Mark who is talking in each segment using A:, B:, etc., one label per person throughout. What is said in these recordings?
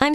A: I'm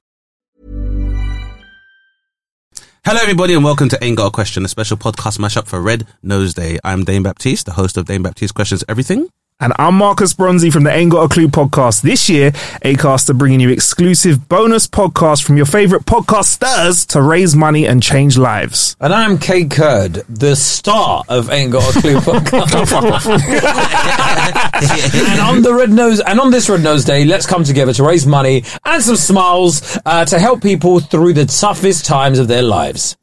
B: Hello, everybody, and welcome to Ain't Got a Question, a special podcast mashup for Red Nose Day. I'm Dane Baptiste, the host of Dane Baptiste Questions Everything.
C: And I'm Marcus Bronzy from the Ain't Got a Clue podcast. This year, Acast are bringing you exclusive bonus podcasts from your favorite podcasters to raise money and change lives.
D: And I'm Kate Kurd, the star of Ain't Got a Clue podcast. and on the red nose, and on this red nose day, let's come together to raise money and some smiles uh, to help people through the toughest times of their lives.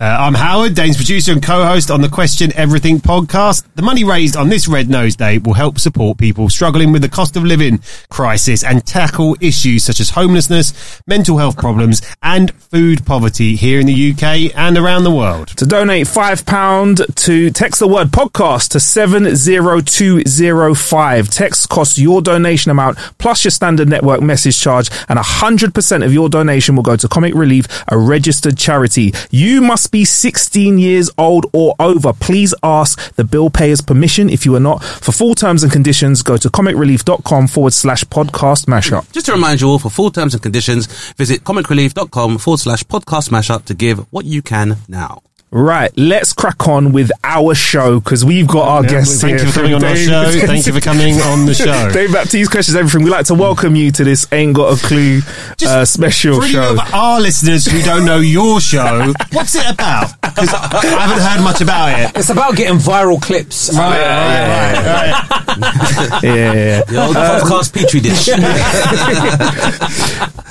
E: Uh, I'm Howard, Dane's producer and co-host on the Question Everything podcast. The money raised on this Red Nose Day will help support people struggling with the cost of living crisis and tackle issues such as homelessness, mental health problems, and food poverty here in the UK and around the world.
C: To donate £5 to text the word podcast to 70205. Text costs your donation amount plus your standard network message charge, and 100% of your donation will go to Comic Relief, a registered charity. You must be 16 years old or over. Please ask the bill payer's permission if you are not. For full terms and conditions, go to comicrelief.com forward slash podcast mashup.
B: Just to remind you all, for full terms and conditions, visit comicrelief.com forward slash podcast mashup to give what you can now.
C: Right, let's crack on with our show because we've got our guests
E: Thank
C: here.
E: you for coming
C: from
E: on our
C: Dave-
E: show. Thank you for coming on the show.
C: Dave Baptiste questions everything. We'd like to welcome you to this Ain't Got a Clue uh, special
E: For any
C: show.
E: of our listeners who don't know your show, what's it about? Because I haven't heard much about it.
D: It's about getting viral clips.
E: Right, right, right, right.
C: Yeah, yeah, yeah.
B: The old podcast petri dish.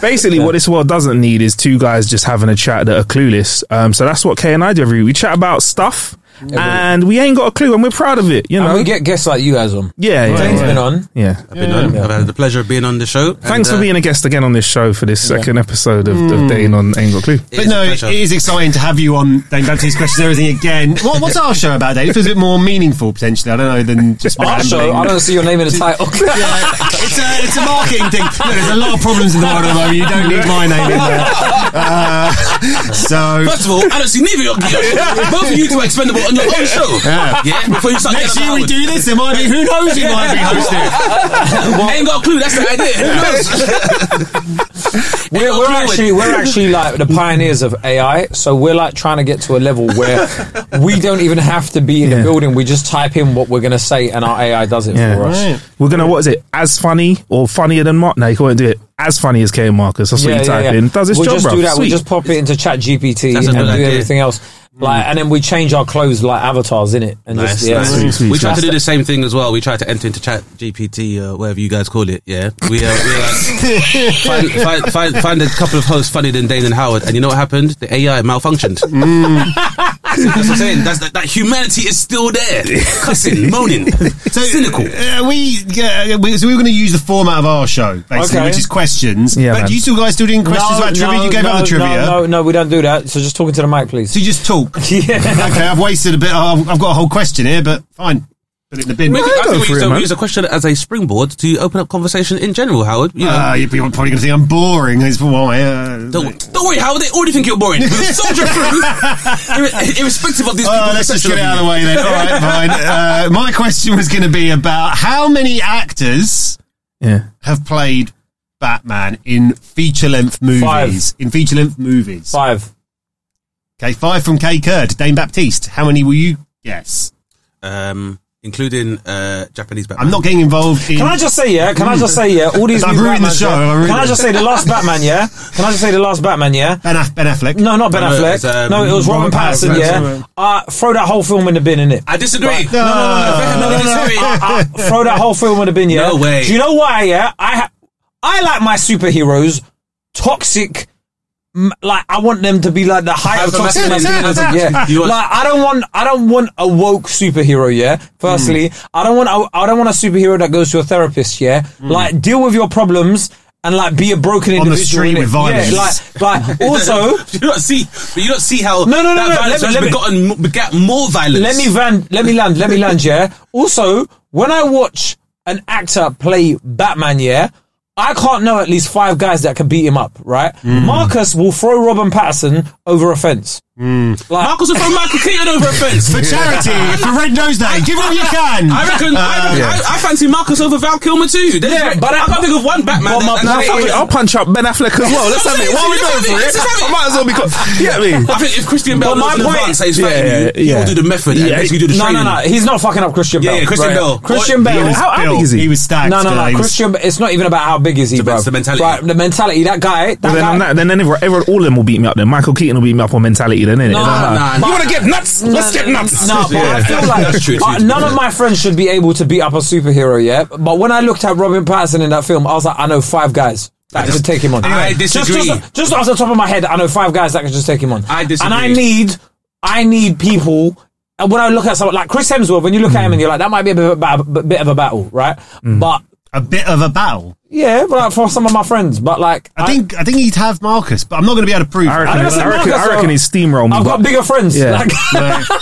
C: Basically, what this world doesn't need is two guys just having a chat that are clueless. Um, so that's what Kay and I do every week. We chat about stuff, and we ain't got a clue, and we're proud of it. You know,
D: And we get guests like you guys on.
C: yeah, yeah,
D: Dane's
C: yeah.
D: been on.
C: Yeah.
B: I've, been on, I've had the pleasure of being on the show. uh,
C: Thanks for being a guest again on this show for this second episode of, of Dane on Ain't Got a Clue.
E: But no, it
B: it
E: is
B: is.
E: exciting to have you on Dane Baptiste Questions Everything again. What, what's our show about, Dave? It feels a bit more meaningful, potentially. I don't know, than just
D: Our
E: rambling.
D: show, I don't see your name in the title.
E: Yeah, it's a, it's a marketing thing. Look, there's a lot of problems in the world at the moment. You don't need my name in there. Uh, so,
B: First of all, I don't see neither of you. Both of you two are expendable on your own show.
E: Yeah.
B: Before you start
E: next year
B: getting about
E: we
B: Howard.
E: do this, it might be, who knows, you might be hosting.
B: Ain't got a clue. That's the idea. Who knows? Ain't
D: We're,
B: got a
D: we're
B: clue.
D: actually we're actually like the pioneers of AI, so we're like trying to get to a level where we don't even have to be in the building. We just type in what we're going to say, and our AI does it
C: Yeah.
D: for us.
C: We're gonna what is it? As funny or funnier than Mark? No, you can't do it. As funny as K Marcus. That's what you type in. Does this
D: we'll
C: job,
D: just
C: bro?
D: do that.
C: Sweet.
D: We just pop it into Chat GPT and
B: That's
D: do
B: a good idea.
D: everything else.
E: Hmm.
D: Like, and then we change our clothes like avatars in it, and just
B: Nice,
D: yeah.
B: nice.
C: Sweet, sweet,
B: we tried
C: sweet.
B: to do the same thing as well. We tried to enter into Chat GPT, uh, whatever you guys call it. Yeah, we, uh, we uh, find, find, find, find a couple of hosts funnier than Dane and Howard, and you know what happened? The AI malfunctioned.
E: Mm.
B: That's what I'm saying. That's, that, that humanity is still there, cussing, moaning,
E: So,
B: cynical.
E: Uh, we, yeah, we, so we were going to use the format of our show, basically,
D: Okay.
E: which is questions.
C: Yeah,
E: but
C: man.
E: you two guys still doing questions about trivia? you gave
D: no,
E: out the trivia.
D: No, no, no, we don't do that. So just talking to the mic, please.
E: So you just talk.
D: Yeah.
E: okay, I've wasted a bit. I've, I've got a whole question here, but fine. Put it in the bin.
B: Maybe, I
C: go
B: think
C: for
B: we use,
C: it,
B: a, we
C: man.
B: use a question as a springboard to open up conversation in general, Howard. You know,
E: Ah, you're probably going to think I'm boring. Is why. Uh,
B: Don't, don't worry, Howard. They already think you're boring. We'll soldier through, ir- irrespective of these
E: Oh,
B: people's
E: let's just
B: perception
E: get it
B: of
E: out
B: you.
E: of the way then. All right, fine. Uh, my question was going to be about how many actors
C: yeah.
E: have played Batman in feature-length movies.
D: Five.
E: In feature-length movies.
D: Five.
E: Okay, five from K. Kurd, Dane Baptiste. How many will you guess?
B: Um, including uh, Japanese Batman.
E: I'm not getting involved in.
D: Can I just say yeah? Can I just say yeah? All these
E: I've
D: new
E: Hmm. ruined the
D: Batmans,
E: show,
D: yeah?
E: I've ruined
D: Can I
E: it.
D: just say the last Batman? Yeah. Can I just say the last Batman? Yeah.
E: Ben, Aff- ben Affleck?
D: No, not Ben
B: No, no, it's,
D: Affleck.
B: um,
D: no, it was Robin
E: Robert
D: Patterson.
E: Pattinson,
D: Yeah.
E: sorry.
D: Uh, throw that whole film in the bin, innit?
B: I disagree.
D: Right.
B: No, no, no, no, no, no, no, disagree.
D: Uh, uh, throw that whole film in the bin. Yeah.
B: No way.
D: Do you know why? Yeah. I ha- I like my superheroes toxic. m- Like I want them to be like the height of
B: Hypermasculine.
D: toxicity. Yeah.
B: You want-
D: Like I don't want I don't want a woke superhero. Yeah. Firstly,
B: Hmm.
D: I don't want a, I don't want a superhero that goes to a therapist. Yeah.
B: Hmm.
D: Like deal with your problems. And like be a broken
E: On the
D: individual
E: street
D: innit?
E: with violence.
D: Yeah, like, like also
B: you don't see, but you don't see how
D: No, no, no,
B: that
D: no,
B: violence
D: let me-
B: has
D: let me-
B: begotten m- begat more violence.
D: Let me van, let me land, let me land, yeah. Also, when I watch an actor play Batman, yeah, I can't know at least five guys that can beat him up, right? Marcus will throw Robin Patterson over a fence. Like,
B: Marcus will throw Michael Keaton over a fence.
E: For charity, for Red Nose Day, give all you can. Uh,
B: I reckon, I, reckon I, I fancy Marcus over Val Kilmer too. There's,
D: Yeah,
B: but
D: but
B: I,
D: I-
B: can't think of one Batman.
D: But
B: that-
D: my-
B: that's
D: no,
B: like-
D: fuck
C: Wait, I'll punch up Ben Affleck as well. Oh, Let's have it. While we're going for it, I might as well be. Co- yeah, me.
B: I think if Christian Bale
D: But my
B: knows in
D: point-
B: advance that he's fighting
C: Yeah,
B: you, he'll
C: yeah.
B: do the method and
C: Yeah.
B: basically do the
D: no,
B: training.
D: no, no, he's not fucking up Christian
B: Yeah,
D: Bale.
B: yeah, Christian
D: right?
B: Bell.
D: Christian
E: He
D: Bale.
E: was
C: How- how
E: built.
C: big is he?
E: He was stacked.
D: no, no,
E: uh,
D: no,
E: he was-
D: Christian. It's not even about how big is he,
B: It's
D: bro.
B: about the mentality.
D: Right, the mentality. That guy. That
C: But then
D: guy.
C: on that, then everyone, everyone, all of them will beat me up. Then Michael Keaton will beat me up on mentality. Then innit?
D: No,
C: It doesn't matter.
B: nah,
D: but-
B: You wanna
C: get nuts? Let's get nuts.
D: No, but I
B: Yeah,
D: feel
B: that's-
D: like
B: that's true,
D: uh,
B: too.
D: none of my friends should be able to beat up a superhero. Yeah, but when I looked at Robin Patterson in that film, I was like, I know five guys that could take him on.
B: I disagree.
D: Just, just, just off the top of my head, I know five guys that could just take him on.
B: I disagree.
D: And I need, I need people. And when I look at someone like Chris Hemsworth, when you look at him
B: Hmm.
D: and you're like, that might be a bit of a, bat- bit of a battle, right? But
E: a bit of a battle.
D: yeah, but like, for some of my friends, but like,
E: I think I think he'd have Marcus, but I'm not going to be able to prove.
C: I
E: it.
C: reckon,
D: I
C: I,
D: never said
C: reckon,
D: Marcus,
C: I reckon
D: so-
C: he'd steamroll me.
D: I've got
C: but-
D: bigger friends.
C: Yeah.
D: Like,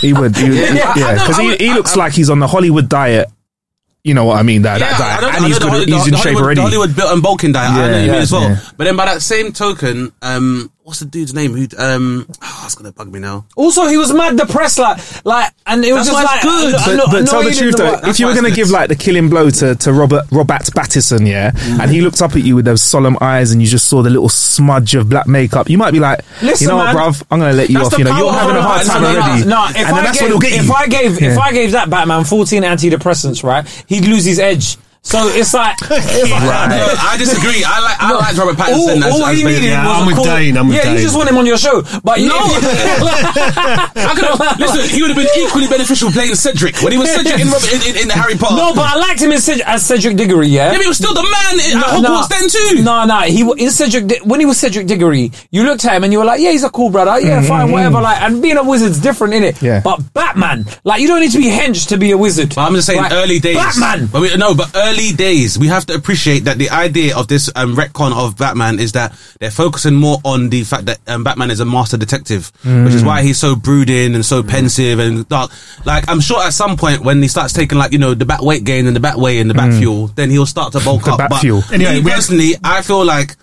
C: he would. He would yeah,
D: Yeah, I know,
C: because
D: I
C: he,
D: would-
C: he looks like he's on the Hollywood diet. You know what I mean? That,
B: Yeah,
C: that
B: I
C: diet,
B: know-
C: and
B: I
C: he's
B: know the
C: good.
B: Hollywood-
C: he's in
B: the
C: shape
B: Hollywood-
C: already.
B: The Hollywood built and bulking diet. I know you
C: Yeah,
B: mean as well.
C: yeah.
B: But then by that same token, um, what's the dude's name? Who? Um, oh, that's gonna bug me now.
D: also, he was mad depressed, like, like, and it was
B: That's
D: just
B: why it's
D: like,
B: good.
D: I- I-
B: But-
D: I-
C: But
D: I know
C: tell
D: he
C: the
D: didn't
C: truth
D: know
C: though,
D: what-
B: that's
C: if you were
B: why
C: going to
B: it's
C: give
B: good.
C: like the killing blow to, to Robert Robert Pattinson, yeah, and he looked up at you with those solemn eyes, and you just saw the little smudge of black makeup, you might be like,
D: Listen,
C: you know
D: man.
C: what, bruv, I'm going to let you
B: That's
C: off.
B: the
C: You know,
B: power
C: you're
B: of
C: having a hard
B: Robert
C: time
B: Pattinson.
C: already,
D: No,
C: and
D: if
C: then
D: I
C: that's
D: gave,
C: what'll get
D: if
C: you.
D: I gave, if
C: Yeah.
D: I gave that Batman 14 antidepressants, right, he'd lose his edge. So it's like, it's like-
B: No, I disagree. I like I like Robert Pattinson.
D: all,
B: as-
D: all
B: as
D: he
B: Bane.
D: needed
E: Yeah,
D: was
E: I'm
D: a
E: with
D: call.
E: Dane, I'm with
D: yeah, you
E: Dane.
D: just want him on your show, but you
B: No. I could have, listen, he would have been equally beneficial playing Cedric when he was Cedric in, Robert, in, in, in the Harry Potter.
D: no, but I liked him in Ced- as Cedric Diggory, yeah.
B: yeah, but he was still the man in, at Hogwarts then too.
D: No, no, he wa- in Cedric Di- when he was Cedric Diggory, you looked at him and you were like, yeah, he's a cool brother, yeah, fine, whatever. Like, and being a wizard's different, innit?
C: Yeah.
D: But Batman, like, you don't need to be hench to be a wizard.
B: But I'm just saying,
D: Like,
B: early days.
D: Batman.
B: But we, no, but early days. We have to appreciate that the idea of this um, retcon of Batman is that they're focusing more on the fact that um, Batman is a master detective, which is why he's so brooding and so pensive and dark. Like, I'm sure at some point when he starts taking like you know the bat weight gain and the bat way and the bat fuel, then he'll start to bulk
C: The
B: up.
C: bat
B: but
C: fuel.
E: Anyway,
B: me
E: we had-
B: personally, I feel like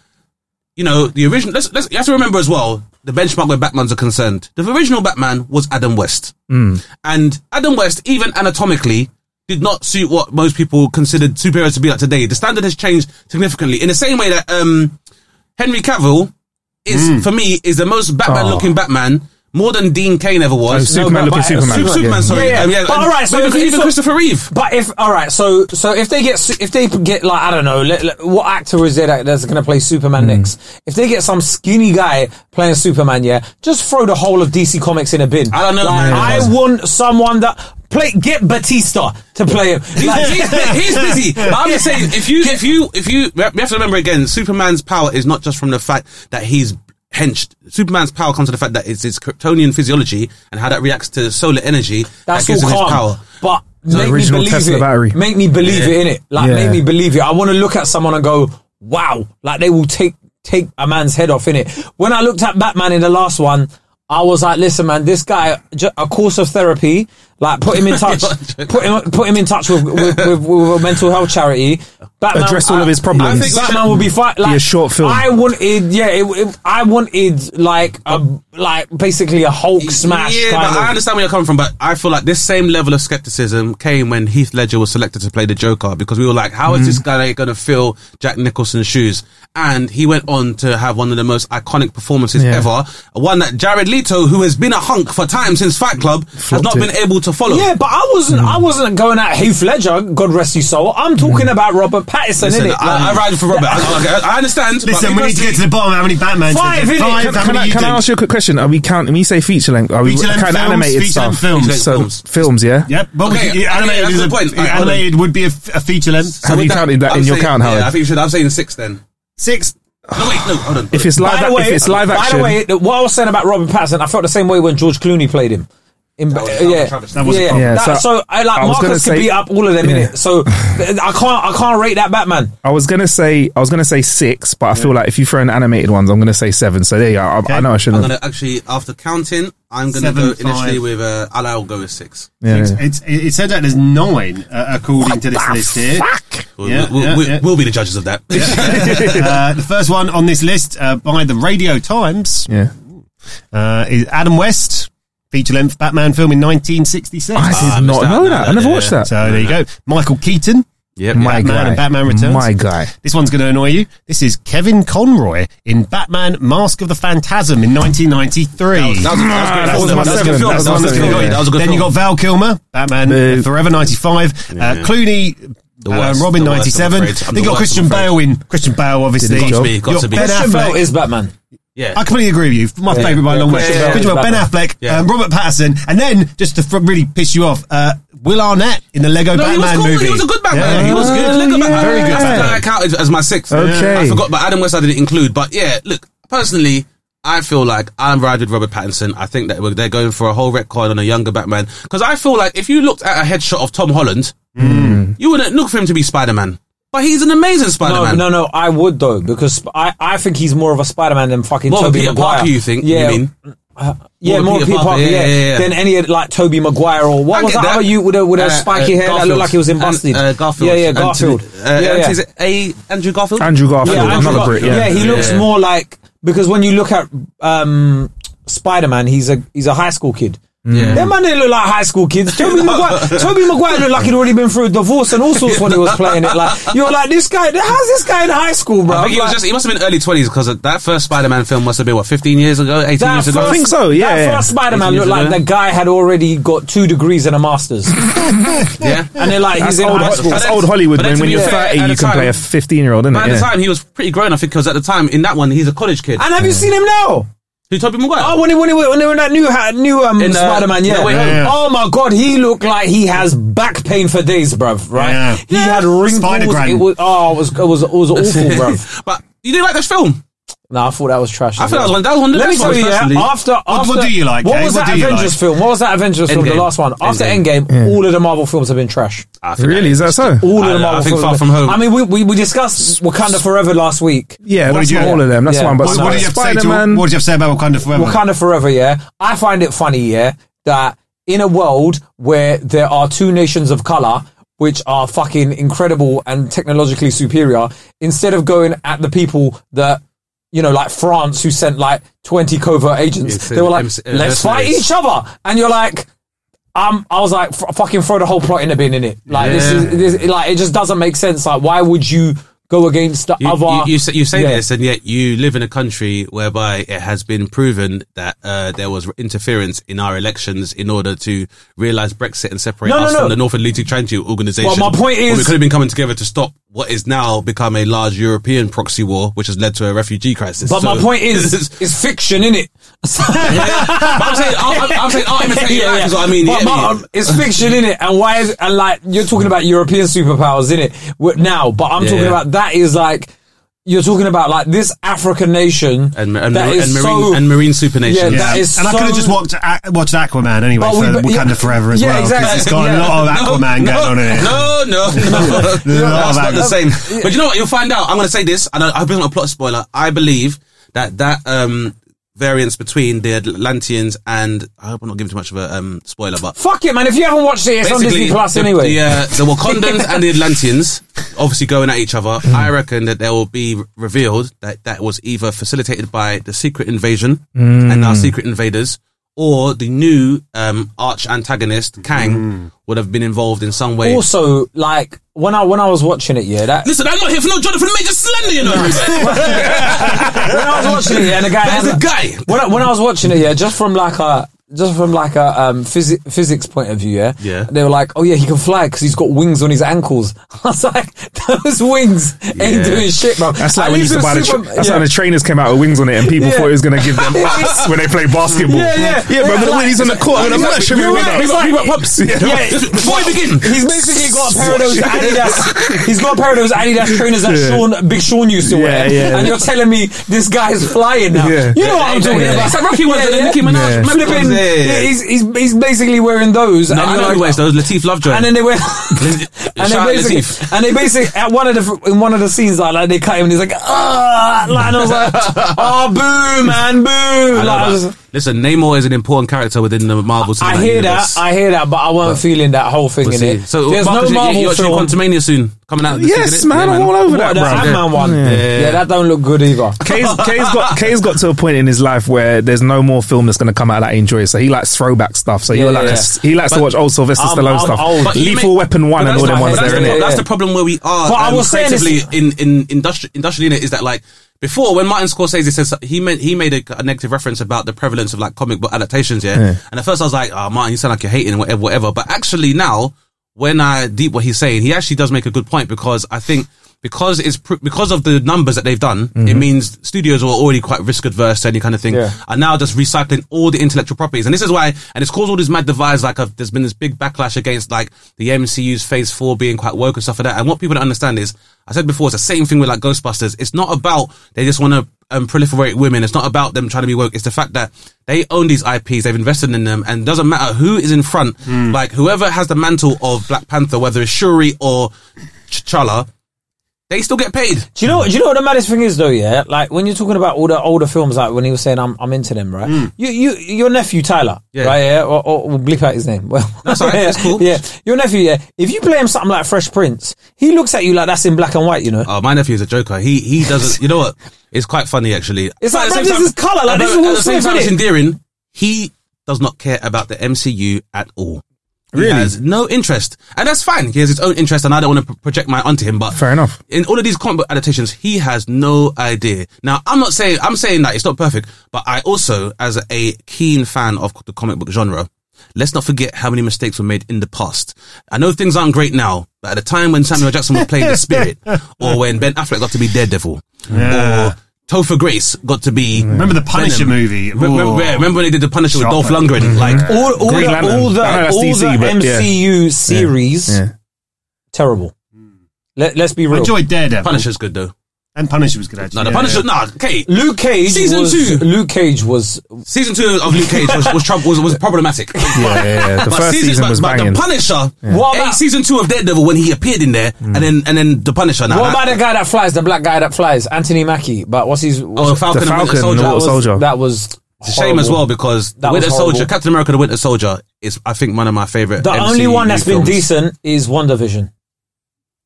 B: you know, the original. Let's, let's, you have to remember as well the benchmark where Batmans are concerned. The original Batman was Adam West, and Adam West, even anatomically, did not suit what most people considered superheroes to be like today. The standard has changed significantly. In the same way that um, Henry Cavill is, for me, is the most Batman-looking Batman. More than Dean Kane ever was.
C: Oh, Superman
D: No, but-
C: looking
D: but-
C: Superman.
B: Super- Superman,
C: Yeah.
B: sorry.
D: Yeah, yeah.
B: Um,
D: But
B: and-
D: alright, so
B: but
D: if
B: even
D: you saw-
B: Christopher Reeve.
D: But if all right, so so if they get su- if they get like I don't know let, let- what actor is there that, that's going to play
B: Hmm.
D: Superman next? If they get some skinny guy playing Superman, yeah, just throw the whole of DC Comics in a bin.
B: I don't know,
D: Like,
B: man.
D: I want someone that play get Batista to play him.
B: He's,
D: Like-
B: he's, bu- he's busy. But I'm just saying, if you, if you, if you, we have we have to remember again, Superman's power is not just from the fact that he's henched. Superman's power comes to the fact that it's his Kryptonian physiology and how that reacts to solar energy that
D: That's
B: gives
D: all
B: him
D: calm.
B: his power.
D: But make me
C: original
D: believe
C: Tesla
D: it.
C: battery.
D: Make me believe it in it. Like
C: Yeah.
D: make me believe it. I want to look at someone and go, wow. Like they will take take a man's head off in it. When I looked at Batman in the last one. I was like, listen, man, this guy, ju- a course of therapy, like put him in touch, put him, put him in touch with with, with, with a mental health charity. Batman,
C: Address all of his problems.
D: I think Batman will be fine. Like,
C: a short film.
D: I wanted, yeah, it, it- I wanted like a like basically a Hulk smash.
B: Yeah,
D: kind
B: but
D: of.
B: I understand where you're coming from. But I feel like this same level of skepticism came when Heath Ledger was selected to play the Joker because we were like, how is
C: Mm.
B: this guy going to fill Jack Nicholson's shoes? And he went on to have one of the most iconic performances
C: Yeah.
B: ever. One that Jared Leto, who has been a hunk for time since Fight Club, has
C: Flopped
B: not
C: it.
B: been able to to follow. Hmm.
D: Yeah, but I wasn't. I wasn't going at Heath Ledger. God rest his soul. I'm talking about Robert Pattinson.
B: Listen,
D: innit?
B: I, I ride for Robert. I, I- I understand.
E: Listen,
B: but
E: we need to get to the bottom of how many Batmans.
D: Five,
E: there's.
D: innit?
E: Five.
D: Can-
E: how
C: Can
E: many
C: I,
E: you
C: can I
E: think?
C: ask you a quick question? Are we counting? When you say feature length, are we
E: Feature-length
C: counting
E: films,
C: animated
E: feature-length
C: stuff?
E: films.
C: So films, yeah.
E: Yep, but
B: Okay,
E: we could,
B: okay,
E: animated,
B: that's
E: is
B: the
E: a,
B: point. I- I-
E: animated would be a, f- a feature length.
C: Have
B: with
C: you counted that
B: I'm
C: in your
B: saying-
C: count, Howard?
B: Yeah, I think you should. I'm saying six then.
E: Six.
B: No, wait, no, hold on.
C: If it's
D: By
C: live,
D: the way,
C: if it's live action,
D: By the way, th- what I was saying about Robert Pattinson, I felt the same way when George Clooney played him. In,
B: That was- that was
D: yeah,
B: Travis. That was a
D: yeah,
C: problem. Yeah,
D: That-
C: so-
D: so, I, like
C: I was gonna
D: Marcus
C: say-
D: could beat up all of them
C: Yeah.
D: innit? So th- I can't, I can't rate that Batman.
C: I was gonna say I was gonna say six, but I feel like if you throw in animated ones, I'm gonna say seven. So there you go. I, I know I
B: I'm
C: shouldn't. have-
B: gonna actually after counting, I'm gonna
E: Seven,
B: go initially
E: five.
B: with uh, I'll, I'll go with six.
C: yeah, yeah.
E: It's, it, it said that there's nine uh, according to
C: Ah,
E: this list here.
B: We'll,
E: Yeah,
B: we'll,
E: yeah,
B: we'll,
E: yeah.
B: we'll be the judges of that.
E: uh, the first one on this list uh, by the Radio Times
C: Yeah.
E: uh, is Adam West, feature length Batman film in 1966.
C: I did
B: I missed
C: not
B: out
C: know
B: on
C: that.
B: that,
C: I never
B: Ah, yeah.
C: watched that.
E: so there you go. Michael Keaton.
B: Yep.
C: my
E: uh, Batman
C: guy.
E: and Batman Returns.
C: My guy.
E: This one's going to annoy you. This is Kevin Conroy in Batman Mask of the Phantasm in 1993.
B: That was- that was good.
C: That was
B: That
C: my
B: was a good
C: seven.
B: film.
C: That was
B: That was
C: my
B: a good
C: seven,
B: film.
C: yeah.
B: That was a good
E: Then you
B: film.
E: got Val Kilmer, Batman
C: Boo.
E: uh, Forever 95, uh, Clooney,
B: The
E: uh,
B: worst,
E: Robin
B: the worst, I'm
E: 97.
B: afraid. I'm
E: Then
B: the
E: you got
B: worst,
E: Christian
B: I'm afraid.
E: Bale in. Christian Bale, obviously.
B: Got to be, got
E: You
B: to
E: got
B: be.
E: Ben
D: Christian Bale
E: Affleck.
D: is Batman.
B: Yeah.
E: I completely agree with you. My favourite by a long way.
B: Yeah, yeah,
E: Good
D: yeah.
E: about Ben Affleck,
B: Yeah.
E: um, Robert Patterson, and then just to fr- really piss you off, uh, Will Arnett in the Lego
B: No, he was
E: Batman
B: cool.
E: movie.
B: He was a good Batman. He was good. Lego
C: yeah.
B: Batman.
C: Very good
B: That's
C: Batman.
B: I counted as my sixth.
C: Okay.
B: I forgot, but Adam West I didn't include. But yeah, look, personally, I feel like I'm ride with Robert Pattinson. I think that we're- they're going for a whole record on a younger Batman because I feel like if you looked at a headshot of Tom Holland,
C: Hmm.
B: you wouldn't look for him to be Spider Man. But he's an amazing Spider Man.
D: No, no, no. I would though because I, I think he's more of a Spider-Man than fucking
B: More of a
D: Toby
B: Peter
D: Maguire.
B: Parker, you think?
D: Yeah, Uh,
B: You mean?
D: yeah, more of Peter Parker. yeah,
B: yeah.
D: than any like Toby Maguire or what
B: I
D: was
B: get
D: that
B: that.
D: other you with a with a
B: Uh,
D: spiky
B: uh,
D: hair that
B: Garfield.
D: looked like he was in
B: And,
D: Busted?
B: uh, Garfield.
D: Yeah, yeah,
B: And-
D: Garfield.
B: uh,
D: yeah, yeah.
B: Is it a Andrew Garfield?
C: Andrew Garfield,
D: Yeah, Andrew
C: another
D: Gar-
C: Brit. Yeah,
D: he looks
B: Yeah.
D: more like because when you look at um, Spider Man, he's a he's a high school kid.
B: Yeah.
D: That man didn't look like high school kids. Toby Maguire, Toby Maguire looked like he'd already been through a divorce and all sorts when he was playing it. Like you're like this guy. How's this guy in high school, bro?
B: I think he was
D: Like,
B: just, he must have been early 20s because that first Spider Man film must have been, what, 15 years ago, 18
D: that
B: years
D: first,
B: ago?
C: I think so, yeah,
D: that
C: yeah.
D: first Spider-Man
B: 18
D: looked
B: years
D: like
B: ago.
D: the guy had already got two degrees and a master's, and
B: yeah.
D: they're like
C: That's
D: he's in
C: old,
D: high
C: that's
D: school.
B: then-
C: old Hollywood
B: but then
C: when,
B: to
C: when
B: be
C: you're
B: fair,
C: 30,
B: at the
C: you can
B: time-
C: play a 15 year old, isn't
B: By
C: it?
B: the
C: Yeah.
B: time, he was pretty grown, I think, because at the time, in that one, he's a college kid.
D: And have you seen him now?
B: Who, Toby Maguire?
D: Oh, when he when he when they were in that new ha- new um,
B: In, uh,
D: Spider Man, yeah.
B: No Way Home.
E: Yeah.
D: Oh my god, he looked like he has back pain for days, bruv. Right?
E: Yeah.
D: He had wrinkles.
E: Spider-Gran.
D: It was, oh, it was it was it was awful, bruv.
B: but you didn't like this film.
D: No, I thought that was trash.
B: I
D: as
B: thought that was
D: well.
B: one- that was one of the
D: Let me
B: best
D: tell
B: ones,
D: you,
B: personally.
D: yeah, after, after
E: What- what do you like,
D: What
E: Gabe?
D: was
E: What
D: that
E: do you
D: Avengers
E: like?
D: film? What was that Avengers film? The
B: Endgame.
D: last one. After
B: Endgame.
D: Endgame, all of the Marvel films have been trash.
B: I think
C: Really? Is that so?
D: All
B: I-
D: of
B: I
D: the Marvel
B: think
D: films.
B: Far
D: have been-
B: From Home.
D: I mean, we, we we discussed Wakanda Forever last week.
C: Yeah,
E: What
C: that's
E: did you-
C: not all of them. That's
D: Yeah.
C: one, but
E: What, what, did you have to say
C: Spider
E: to,
C: Man.
E: what did you have to say about Wakanda Forever?
D: Wakanda Forever, yeah. I find it funny, yeah, that in a world where there are two nations of color, which are fucking incredible and technologically superior, instead of going at the people that, you know, like France, who sent like 20 covert agents,
B: Yes,
D: they were like,
B: MC-
D: let's fight
B: mercenaries.
D: each other. And you're like, um, I was like, f- fucking throw the whole plot in the bin, innit? Like, this is, this, like, it just doesn't make sense. Like, why would you go against the
B: You,
D: other?
B: you, you, say, you say
D: Yeah.
B: this, and yet you live in a country whereby it has been proven that uh, there was interference in our elections in order to realize Brexit and separate
D: No, no,
B: us
D: no.
B: from the Northern League Treaty Organization.
D: Well, my point
B: When we
D: is-
B: could have been coming together to stop what is now become a large European proxy war, which has led to a refugee crisis.
D: but my
B: So-
D: point is, it's fiction, innit?
B: but I'm saying, I'm, I'm saying, I'm imitating yeah, is what I mean. You
D: But
B: get me?
D: my- um, it's fiction, innit? And why is and like you're talking about European superpowers, innit? Now, but I'm
B: Yeah,
D: talking
B: yeah.
D: about that is like you're talking about like this African nation
B: and, and,
D: that
B: and,
D: is
B: marine,
D: so
B: and marine supernation.
D: Yeah,
E: Yeah.
D: that
E: And
D: is
E: I could have
D: so-
E: just watched, Aqu- watched Aquaman anyway
D: But we-
E: for
D: but-
E: Wakanda
D: yeah.
E: Forever as
D: Yeah,
E: well.
D: exactly.
E: Because it's got a
D: Yeah.
E: lot of Aquaman
B: no,
E: going on in it.
B: No, no, no.
E: lot of
B: That's not the
E: Aquaman.
B: same. But you know what? You'll find out. I'm going to say this, and I, I hope it's not a plot spoiler. I believe that that um, variance between the Atlanteans and I hope I'm not giving too much of a um, spoiler, but
D: fuck it, man. If you haven't watched it, it's on Disney Plus
B: the,
D: anyway.
B: The, uh, the Wakandans and the Atlanteans obviously going at each other. I reckon that there will be revealed that that was either facilitated by the secret invasion and our secret invaders, or the new um, arch antagonist Kang would have been involved in some way.
D: Also, like when I when I was watching it, yeah, that
B: Listen, I'm not here for no Jonathan Major slander, you know.
D: when I was watching it, yeah, and the guy
B: There's a guy.
D: When I, when I was watching it, yeah, just from like a just from like a um, physi- physics point of view, yeah.
B: Yeah.
D: They were like, "Oh yeah, he can fly because he's got wings on his ankles." I was like, "Those wings
B: Yeah.
D: ain't doing shit, bro."
C: That's
D: At
C: like when you used
D: least
C: to
D: with
C: buy the
D: Superman-
C: tra- that's
D: yeah.
C: how the trainers came out with wings on it, and people
D: Yeah.
C: thought it was going to give them ups when they play basketball.
D: Yeah, yeah.
C: yeah. But
D: Yeah,
C: when
D: like-
C: he's on the court, I'm going to
D: Exactly.
C: mash him.
D: You're right. It's like-
C: pops.
D: Yeah, before we begin, he's basically got a pair of those Adidas. He's got a pair of those Adidas trainers that Sean, Big Sean used to
C: Yeah,
D: wear.
C: yeah.
D: and you're telling me this guy's flying now.
C: Yeah.
D: You know what I'm talking
B: Yeah.
D: about? It's like Rocky ones
B: Yeah,
D: and
B: yeah.
D: then Nicki Minaj.
C: Yeah.
D: Flipping,
B: Yeah, yeah.
D: yeah, he's, he's he's basically wearing those.
B: No,
D: And
B: you
D: I'm
B: know
D: like-
B: who wears those? Latif Lovejoy.
D: and then they went, and
B: Shout out
D: they basically,
B: Latif.
D: and they basically at one of the in one of the scenes like, like they cut him and he's like, ah, like, and I was like, oh, boo, man, boo.
B: I
D: Like, I
B: know
D: was-
B: that. Listen, Namor is an important character within the Marvel
D: I
B: cinematic
D: hear
B: universe.
D: that, I hear that, but I weren't feeling that whole thing
B: We'll
D: in
B: see.
D: it.
B: So
D: There's
B: Marcus,
D: no
B: you-
D: Marvel
B: you, you're
D: film.
B: watching Quantumania soon coming out. this
C: Yes,
B: season, innit?
C: man, I'm all over
D: What,
C: that,
D: the
C: bro.
D: Ant-Man one. Yeah. that don't look good either.
C: Kay's, Kay's got Kay's got to a point in his life where there's no more film that's going to come out that he enjoys. So he likes throwback stuff. So he
D: Yeah,
C: like
D: yeah,
C: likes he likes to watch old Sylvester
D: I'm-
C: Stallone
D: I'm
C: stuff.
D: old.
B: But you
C: Lethal
B: make-
C: Weapon one
B: but
C: and all
B: that's
C: them
B: the-
C: ones
B: that's
C: there
B: the
C: in
B: pro-
C: it.
B: That's the problem where we are.
D: But I
B: um,
D: was saying this-
B: creatively in in industri- industrially in it is that like before when Martin Scorsese says he meant he made a, a negative reference about the prevalence of like comic book adaptations. Yeah, and at first I was like, oh Martin, you sound like you're hating and whatever, whatever. But actually now when I deep what he's saying, he actually does make a good point because I think. Because it's pr- because of the numbers that they've done, it
C: Mm-hmm.
B: means studios are already quite risk adverse to any kind of thing
D: Yeah.
B: are now just recycling all the intellectual properties. And this is why, and it's caused all this mad divide. Like, I've, there's been this big backlash against like the MCU's phase four being quite woke and stuff like that. And what people don't understand is, I said before, it's the same thing with like Ghostbusters. It's not about they just want to um, proliferate women. It's not about them trying to be woke. It's the fact that they own these IPs. They've invested in them and it doesn't matter who is in front. Like, whoever has the mantle of Black Panther, whether it's Shuri or T'Challa, they still get paid.
D: Do you know? Do you know what the maddest thing is though? Yeah, like when you're talking about all the older films, like when he was saying I'm, I'm into them, right?
C: Mm.
D: You, you, your nephew Tyler,
B: Yeah.
D: right? Yeah, or, or we'll bleep out his name. Well,
B: That's all right, that's cool.
D: Yeah, your nephew. Yeah, if you play him something like Fresh Prince, he looks at you like that's in black and white. You know,
B: Oh, my nephew's a joker. He he doesn't. You know what? It's quite funny actually.
D: It's like,
B: But at the
D: bruv,
B: same
D: this is colour,
B: at
D: like,
B: the-
D: this is Will
B: at the same
D: Smith,
B: time, it's
D: innit?
B: endearing. He does not care about the MCU at all. He
C: Really?
B: has no interest, and that's fine. He has his own interest, and I don't want to project mine onto him. But
C: Fair enough.
B: In all of these comic book adaptations, he has no idea. Now, I'm not saying I'm saying that it's not perfect, but I also, as a keen fan of the comic book genre, let's not forget how many mistakes were made in the past. I know things aren't great now, but at the time when Samuel Jackson was playing the Spirit, or when Ben Affleck got to be Daredevil,
E: Yeah.
B: or Topher Grace got to be
E: Remember the Punisher
B: Venom.
E: movie?
B: Re- Remember,
E: Ooh.
B: remember when they did the Punisher with Dolph
E: Shocker.
B: Lundgren? Like
D: all,
C: Oh,
D: all
C: Green
D: the,
C: Lantern.
D: all the,
C: I know that's
D: all
C: DC,
D: the
C: but yeah.
D: MCU series,
C: Yeah. Mm.
D: terrible. Let, let's be
E: I
D: real.
E: enjoyed Daredevil.
B: Punisher's good though.
E: And Punisher was good actually.
B: No, the
E: yeah,
B: Punisher.
E: yeah.
B: Nah, okay.
D: Luke Cage
B: Season
D: was,
B: two.
D: Luke Cage was
B: Season two of Luke Cage was was, trouble, was, was problematic.
C: Yeah, yeah, yeah. The
B: But
C: first season
B: but,
C: was
B: but
C: banging.
B: the Punisher.
D: What
B: eh,
D: about-
B: season two of Daredevil when he appeared in there,
C: Mm.
B: and then and then the Punisher. Now,
D: What
B: that-
D: about the guy that flies? The black guy that flies, Anthony Mackie. But what's his?
B: oh,
D: What's
B: Falcon,
C: The
B: and Winter
C: Falcon,
B: Soldier?
C: the Winter
D: was-
C: Soldier.
D: That was
B: It's a shame as
D: horrible.
B: well because
D: That
B: Winter
D: was
B: Soldier,
D: horrible.
B: Captain America: The Winter Soldier is, I think, one of my favorite.
D: The only one that's been decent is Wonder Vision.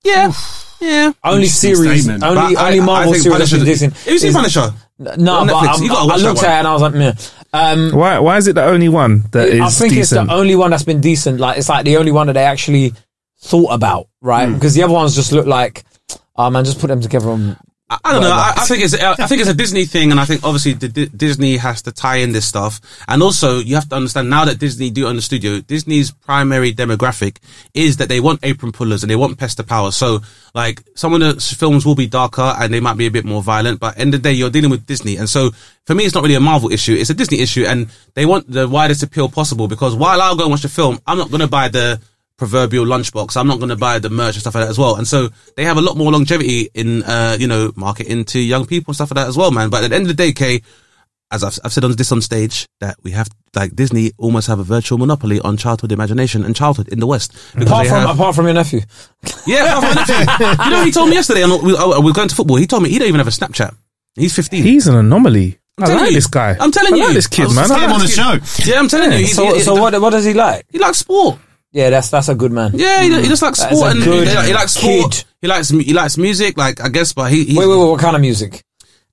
B: Yeah, yeah.
D: Only
E: Interesting
D: series,
E: statement.
B: But
D: only
B: I-
D: only
B: I
D: Marvel
B: think
D: series that's been
B: Punisher-
D: decent.
B: Have you seen
D: is-
B: Punisher?
D: No,
B: On
D: but
B: Netflix?
D: I'm-
B: You
D: I
B: gotta watch
D: I
B: that
D: looked
B: one.
D: at it and I was like, meh. Um,
C: Why why is it the only one that is
D: I think
C: decent?
D: it's the only one that's been decent. Like it's like the only one that they actually thought about, right?
B: Hmm.
D: Because the other ones just look like, oh man, just put them together. And,
B: I, I don't know. I, I think it's I I think it's a Disney thing, and I think obviously the, Di- Disney has to tie in this stuff. And also, you have to understand now that Disney do own the studio. Disney's primary demographic is that they want apron pullers and they want pester power. So, like some of the s- films will be darker and they might be a bit more violent, but end of the day, you're dealing with Disney, and so for me, it's not really a Marvel issue. It's a Disney issue, and they want the widest appeal possible. Because while I'll go and watch the film, I'm not going to buy the proverbial lunchbox. I'm not going to buy the merch and stuff like that as well. And so they have a lot more longevity in, uh, you know, marketing to young people and stuff like that as well, man. But at the end of the day, Kay, as I've, I've said on this on stage, that we have, like, Disney almost have a virtual monopoly on childhood imagination and childhood in the West. Because
D: Mm. apart
B: they
D: from
B: have-
D: apart from your nephew,
B: yeah, apart from nothing. you know, he told me yesterday, and we, oh, we were going to football, he told me he don't even have a Snapchat. He's 15.
C: He's an anomaly.
B: I'm
C: I
B: telling
C: like
B: you.
C: this guy.
B: I'm telling
C: I
B: you.
C: like this kid,
B: I'm
C: man.
B: just
E: Get him on the show.
B: Yeah, I'm telling you. He,
D: so
B: he-
D: so what what does he like?
B: he likes sport.
D: Yeah, that's that's a good man.
B: Yeah, he, he just likes
D: That is
B: sport
D: a
B: and he,
D: good
B: he likes sport.
D: kid.
B: He likes mu- he likes music, like I guess. But he, he
D: Wait, wait, wait. What kind of music?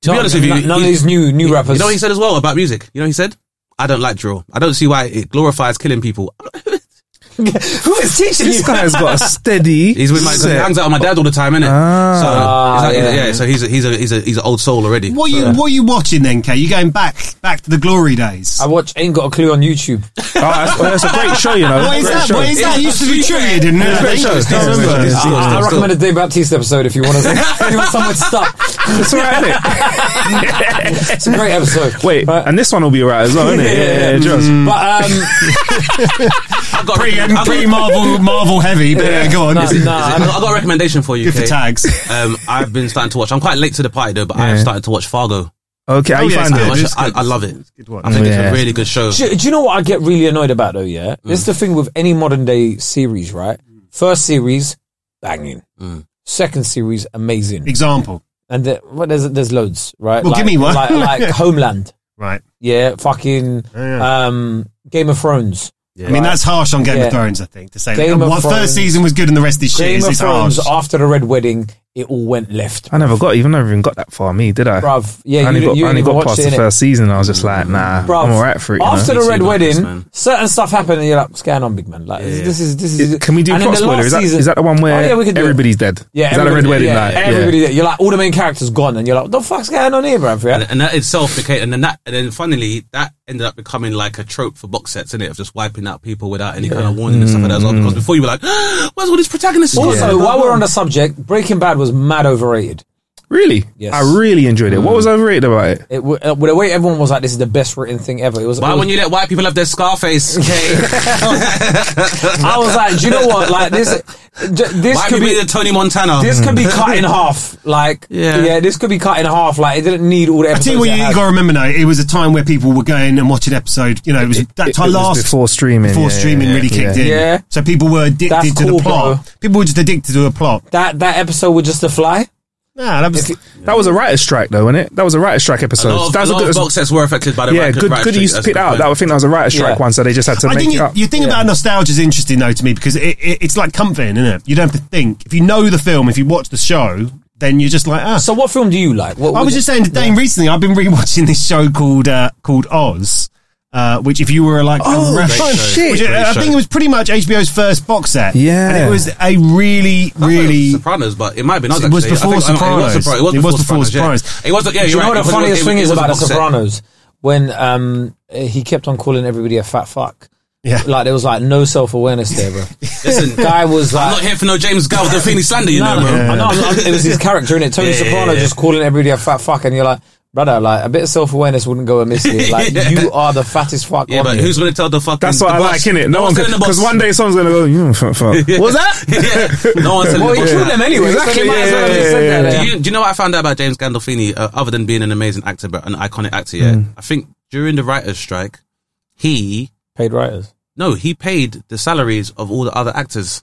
B: to be honest with you,
D: none of
B: he-
D: these new new rappers.
B: You know what he said as well about music. You know what he said? I don't like drill. I don't see why it glorifies killing people.
D: Who is teaching
C: This guy's got a steady.
B: He's with my he
C: set.
B: hangs out with my dad all the time, innit? so
D: Ah,
B: it's like-
D: yeah.
B: yeah. so he's a, he's a he's a he's an old soul already.
E: What
B: so,
E: you what you watching then, Kay? You going back Back to the glory days.
D: I watch Ain't Got a Clue on YouTube.
C: Oh, that's, well, that's a great show, you know.
E: What is
C: Great
E: that?
C: show.
E: What is that? It used to be trivia, didn't it?
C: Yeah,
E: I
C: great show.
E: think.
C: Can't remember.
E: Yeah.
B: Still,
D: I, I
B: still, still.
D: recommend a Dave Baptiste episode if you want to if you want someone to stop.
C: It's all right, innit?
D: It's a great episode.
C: Wait,
D: But-
C: and this one will be alright as well, isn't it? Yeah, yeah, just.
D: But um,
B: I've got, a
E: Pretty,
B: recommend- I've got-
E: pretty Marvel, Marvel heavy, but uh, go on.
D: no, no,
B: I've
D: I'm-
B: got- I've got a recommendation for you.
E: Good for
B: Kay.
E: tags.
B: Um, I've been starting to watch. I'm quite late to the party though, but I've
C: Yeah.
B: started to watch Fargo.
C: Okay, how
E: Oh,
C: you
E: yeah, it's
C: find
B: I,
E: good.
C: it?
B: watch-
E: is
B: I,
E: good.
B: I love it.
E: Good one.
B: I think it's
C: Oh, Yeah.
B: a really good show.
D: do, do you know what I get really annoyed about though? Yeah, it's the thing with any modern day series, right? First series, banging.
B: Mm.
D: Second series, amazing.
E: Example.
D: And the, well, there's there's loads, right?
E: Well,
D: like,
E: give me one.
D: Like, like Homeland,
E: Right.
D: yeah, fucking
E: Yeah.
D: um, Game of Thrones.
E: I mean, that's harsh on Game
D: Yeah.
E: of Thrones, I think, to say
D: Game
E: that.
D: of
E: What
D: Thrones-
E: first season was good and the rest is shit.
D: Game
E: It's-
D: of
E: it's
D: Thrones.
E: harsh.
D: After the Red Wedding, it all went left,
C: I never got, even never even got that far, me, did I?
D: bruv.
C: I
D: Yeah,
C: only
D: you,
C: got,
D: you
C: I only
D: even
C: got
D: watched
C: past
D: it,
C: the
D: innit?
C: first season. I was just like, nah,
D: Bruv,
C: I'm alright for it. You
D: After
C: know?
D: the
B: Me
D: Red
B: too, like this,
D: Wedding,
B: man.
D: certain stuff happened, and you're like, "What's going on, big man?" Like,
B: Yeah.
D: this is this is.
C: can we do
D: and then
C: plot
D: the
C: spoiler?
D: last
C: Is that,
D: season-
C: is that the one where
D: Oh, yeah, we can do it.
C: everybody's dead?
D: Yeah,
C: is that a red
D: everybody-
C: wedding?
D: Yeah,
C: night?
D: everybody. You're like, all the main characters gone, and you're like, "What the fuck's going on here, bruv?" Yeah?
B: And, and that itself became, and then that, and then finally, that ended up becoming like a trope for box sets, innit? Of just wiping out people without any kind of warning and stuff like that. as well. Because before you were like, where's all these protagonists?
D: Also, while we're on Mm. the subject, Breaking Bad was mad overrated.
C: Really?
D: Yes.
C: I really enjoyed it. What was overrated about it?
D: It, w- uh, the way everyone was like, "This is the best written thing ever." It was.
B: why
D: it was
B: when you let white people have their Scarface? Okay,
D: I was like, "Do you know what? Like this, d- this
B: white
D: could
B: people
D: be
B: be the Tony Montana.
D: this could be cut in half. Like,
B: Yeah.
D: yeah, this could be cut in half. Like, it didn't need all the
E: I
D: episodes.
E: tell you what,
D: it
E: you,
D: had.
E: got to remember though, it was a time where people were going and watching episode. You know, it was that
C: it-
E: time
C: it was
E: last
C: before streaming,
E: Before
C: yeah,
E: streaming
C: yeah,
E: really
C: yeah.
E: kicked in.
D: Yeah.
E: So people were addicted
D: That's
E: to
D: cool,
E: the plot. People were just addicted to the plot.
D: that that episode with just the fly.
E: Nah, that was
C: That was a writer's strike, though, wasn't it? That was a writer's strike
B: a
C: episode.
B: lot of,
C: that was
B: a lot of box sets were affected by the
C: yeah,
B: right-
C: good,
B: right
C: good.
B: street,
C: You
B: that's
C: spit
B: the
C: out.
B: point.
C: That, I think that was a writer's strike
D: Yeah.
C: one, so they just had to
E: I
C: make
E: think
C: it
E: you,
C: up.
E: you think about nostalgia is interesting though to me because it, it, it's like comforting, isn't it? You don't have to think. If you know the film, if you watch the show, then you're just like, ah.
D: So, what film do you like? What
E: I was
D: it-
E: just saying to Dane recently, I've been rewatching this show called uh, called Oz. Uh, which, if you were like,
C: Oh,
E: a
C: great
E: ref-
C: show.
E: which, uh,
B: Great
E: I
B: show.
E: think it was pretty much HBO's first box set.
C: Yeah.
E: and it was a really,
B: I thought it was
E: really.
B: Sopranos, but it might have been. others,
E: It was
B: actually. I
E: before
B: think- I mean,
E: Sopranos.
B: It was, Sopra- it was before Sopranos.
E: Sopranos.
B: Yeah. It was. Yeah,
D: Do
B: you're
D: you know
B: right.
D: what
B: It
D: the
B: was-
D: funniest
B: it-
D: thing
B: it
D: is
B: was a
D: about The
B: box set.
D: Sopranos? When um, he kept on calling everybody a fat fuck.
E: Yeah.
D: Like there was like no self awareness there, bro.
B: Listen,
D: Guy was
B: I'm not
D: like.
B: here for no James Gandolfini slander, you know,
D: no,
B: bro.
D: no, no, no, it was his character in it. Tony
B: Yeah, yeah,
D: Soprano
B: yeah.
D: just calling everybody a fat fuck, and you're like, brother, like a bit of self awareness wouldn't go amiss here. Like
B: Yeah.
D: you are the fattest fuck.
B: Yeah,
D: on
B: but
D: here.
B: who's gonna tell the fucking?
C: That's what
B: the
C: I
B: boss?
C: like, innit? No one
B: telling the
C: because
B: boss.
C: one day someone's gonna go, you know, fuck, fuck. What's that?
B: yeah, no one's telling
D: Well,
B: the
D: he
B: boss
D: killed
B: that.
D: them anyway. so
C: Exactly,
D: they might as well have
C: yeah,
D: just
C: yeah,
D: said that,
B: Do
D: yeah.
B: you, do you know what I found out about James Gandolfini? Uh, other than being an amazing actor, but an iconic actor, yeah.
C: Hmm.
B: I think during the writers' strike, he
D: Paid writers.
B: no, he paid the salaries of all the other actors.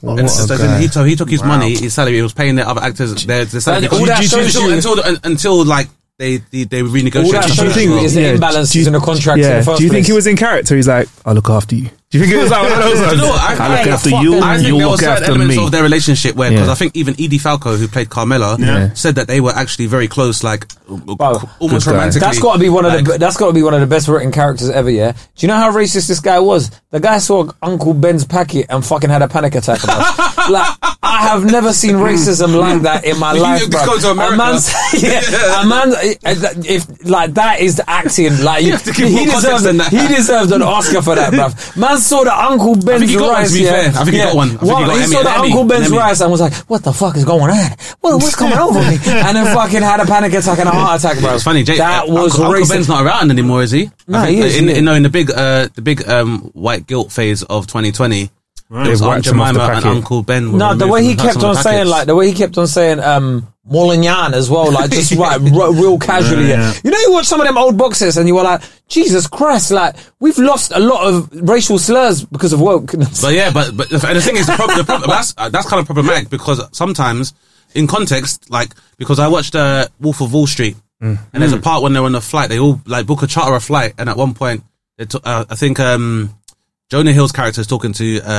C: What
B: And it's just-
C: a
B: as in,
C: guy.
B: he, so he took his
E: Wow.
B: money, his salary, he was paying the other actors their, their salary.
D: And all
B: Because-
D: that
B: until,
D: shows you-
B: until, until, until like they they, they renegotiated.
D: All that
B: stuff
D: shows
B: as
D: you
B: well.
D: is the imbalance
C: do you-
D: in the contract in
C: Yeah.
D: the first
C: do you think
D: place.
C: he was in character? He's like, I'll look after you. Do you think it was like one of those?
B: Do you know
C: ones?
B: what? I-
C: I'll look
B: I-
C: after
D: fuck
C: you,
D: them.
B: I think
C: and
B: there
C: you'll
B: were
C: look
B: certain
C: after
B: elements
C: me.
B: of their relationship where,
C: Yeah.
B: because I think even Edie Falco, who played Carmela,
E: Yeah.
B: said that they were actually very close, like
D: Bro,
B: almost
C: good guy.
B: romantically.
D: uh, That's got to be one of
B: Like,
D: the that's got to be one of the best written characters ever. Yeah. Do you know how racist this guy was? The guy saw Uncle Ben's packet and fucking had a panic attack. Bro. like I have never seen racism like that in my
B: If you
D: life, bro.
B: go to America-
D: a man's yeah, a man eh, if like that is acting like
B: You have to give
D: he
B: more context
D: deserved
B: than that.
D: he deserved an Oscar for that, bro. Man saw the Uncle Ben's
B: he got one,
D: rice.
B: to be
D: yeah,
B: fair. I think he
D: yeah.
B: got one. I think he got Emmy-
D: saw the
B: an Emmy,
D: Uncle Ben's
B: an Emmy.
D: rice and was like, "What the fuck is going on? What, what's coming over me?" And then fucking had a panic attack and a heart attack, bro.
B: It's funny, Jake.
D: That
B: uh,
D: was
B: Uncle, Uncle
D: racist.
B: Ben's not around anymore, is he?
D: No,
B: I
D: he is,
B: In,
D: yeah.
B: in, no, in the big, uh, the big um, white guilt phase of 2020, it was Aunt
C: They've wiped him off
B: Jemima
C: the
B: and
C: packet.
B: Uncle Ben. Were
D: no, the
B: removed
D: way
B: from
D: he
B: the-
D: kept
B: some
D: on
B: of the
D: saying,
B: packets.
D: like the way he kept on saying, um, Molignan as well, like just right, r- real casually.
E: Yeah, yeah.
D: You know, you watch some of them old boxes and you were like, Jesus Christ, like we've lost a lot of racial slurs because of wokeness.
B: But yeah, but but and the thing is, the prob- the prob- that's uh, that's kind of problematic because sometimes in context, like because I watched uh, Wolf of Wall Street,
D: Mm.
B: and there's a part when they're on a flight, they all like book a charter a flight, and at one point, they t- uh, I think um, Jonah Hill's character is talking to uh,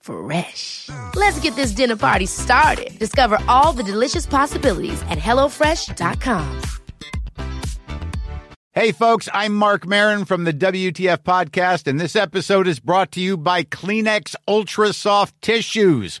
F: Fresh. Let's get this dinner party started. Discover all the delicious possibilities at hellofresh.com.
G: Hey, folks, I'm Mark Marin from the WTF Podcast, and this episode is brought to you by Kleenex Ultra Soft Tissues,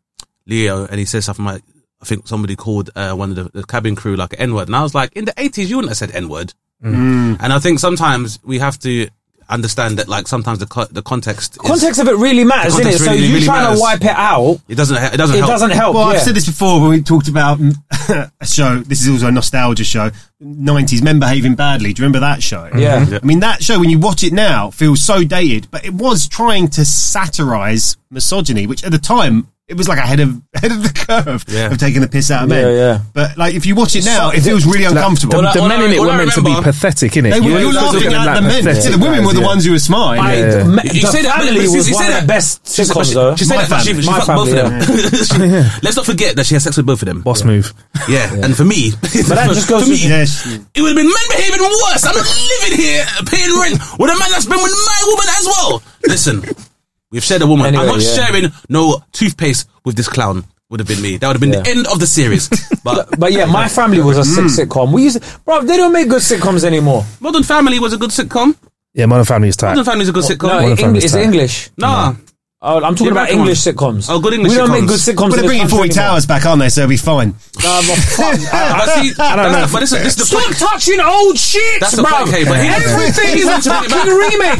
B: Leo and he says something like, I think somebody called uh, one of the, the cabin crew like an N word. And I was like, in the 80s, you wouldn't have said N word.
D: Mm.
B: And I think sometimes we have to understand that like sometimes the, co- the context is-
D: Context of it really matters,
B: The
D: isn't it?
B: context
D: so
B: really,
D: you
B: really
D: trying
B: matters.
D: to wipe it out,
B: it doesn't, he- it doesn't
D: it
B: help.
D: doesn't help.
E: Well,
D: yeah.
E: I've said this before when we talked about a show. This is also a nostalgia show. 90s Men Behaving Badly. Do you remember that show?
D: Yeah. Yeah.
E: I mean, that show, when you watch it now, feels so dated, but it was trying to satirize misogyny, which at the time, it was like ahead of ahead of the curve
B: Yeah.
E: of taking the piss out of men.
D: Yeah, yeah.
E: But like, if you watch it now,
D: So-
E: it feels really uncomfortable.
B: Well,
C: The,
B: I-
C: the
B: all
C: men
B: I-
C: in it
B: all
C: were
B: I
C: meant to be
B: remember-
C: pathetic, innit?
E: they
C: You
E: were,
C: were
E: you're
C: looking
E: laughing at the men.
C: pathetic
E: See, the women were
C: guys,
E: the
C: yeah.
E: ones who were smiling.
D: I, ma-
B: You
D: the
B: said that,
D: family
B: but she-
D: was
B: she
D: one
B: said
D: of
B: that.
D: the best
B: She said- but
D: sitcoms,
B: she-
D: though.
B: She said
E: My
B: that, but she,
E: family.
B: she
D: My
B: fucked both of them. Let's not forget that she had sex with both of them.
C: Boss move.
B: Yeah, and for me, but
D: that just goes
B: for me,
D: to-
E: Yes.
B: it would have been men behaving worse. I'm not living here paying rent with a man that's been with my woman as well. Listen, we've shared a woman. I'm
D: Anyway,
B: not
D: yeah.
B: sharing no toothpaste with this clown. Would have been me. That would have been the
D: Yeah.
B: end of the series. But,
D: But yeah, my family was a sick
B: Mm.
D: sitcom. We used, bro. They don't make good sitcoms anymore.
B: Modern Family was a good sitcom.
C: Yeah, Modern Family is tight.
B: Modern Family is a good sitcom.
D: Uh, No,
C: Modern
D: it- Eng-
C: Family's
D: it's
C: tight.
D: English.
B: nah,
D: Oh, I'm talking
B: Yeah,
D: about
B: come on.
D: English sitcoms.
B: Oh, good English
D: We don't
B: sitcoms.
D: make good sitcoms.
E: But
D: in
E: they're
D: this
E: bringing
D: country
E: 40
D: anymore.
E: Towers back, aren't they? So it'll be fine.
D: Nah, but fuck.
B: but see,
C: I don't
B: that's-
C: know.
B: But this is, this is the
D: Stop
B: point.
D: touching old shit,
B: That's the
D: bro.
B: point, okay, but here's-
D: Everything is a
B: Here's the thing
D: fucking
B: about-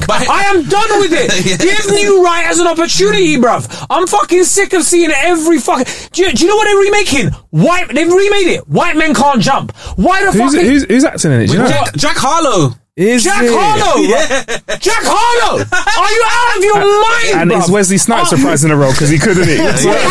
D: remake.
B: But-
D: I am done with it.
B: Yes.
D: Give New Right as an opportunity, bruv. I'm fucking sick of seeing every fucking. Do you, do you know what they're remaking? White. They've remade it. White men can't jump. Why the
C: Who's,
D: fuck?
C: who's, who's acting in it? Do you know?
B: Jack, Jack Harlow.
C: Is
D: Jack
C: it?
D: Harlow, bruv. Jack Harlow. Are you out of your mind,
C: And
D: bruv?
C: it's Wesley Snipes
D: Are-
C: reprising a role because he couldn't. It. That's what it is, eh?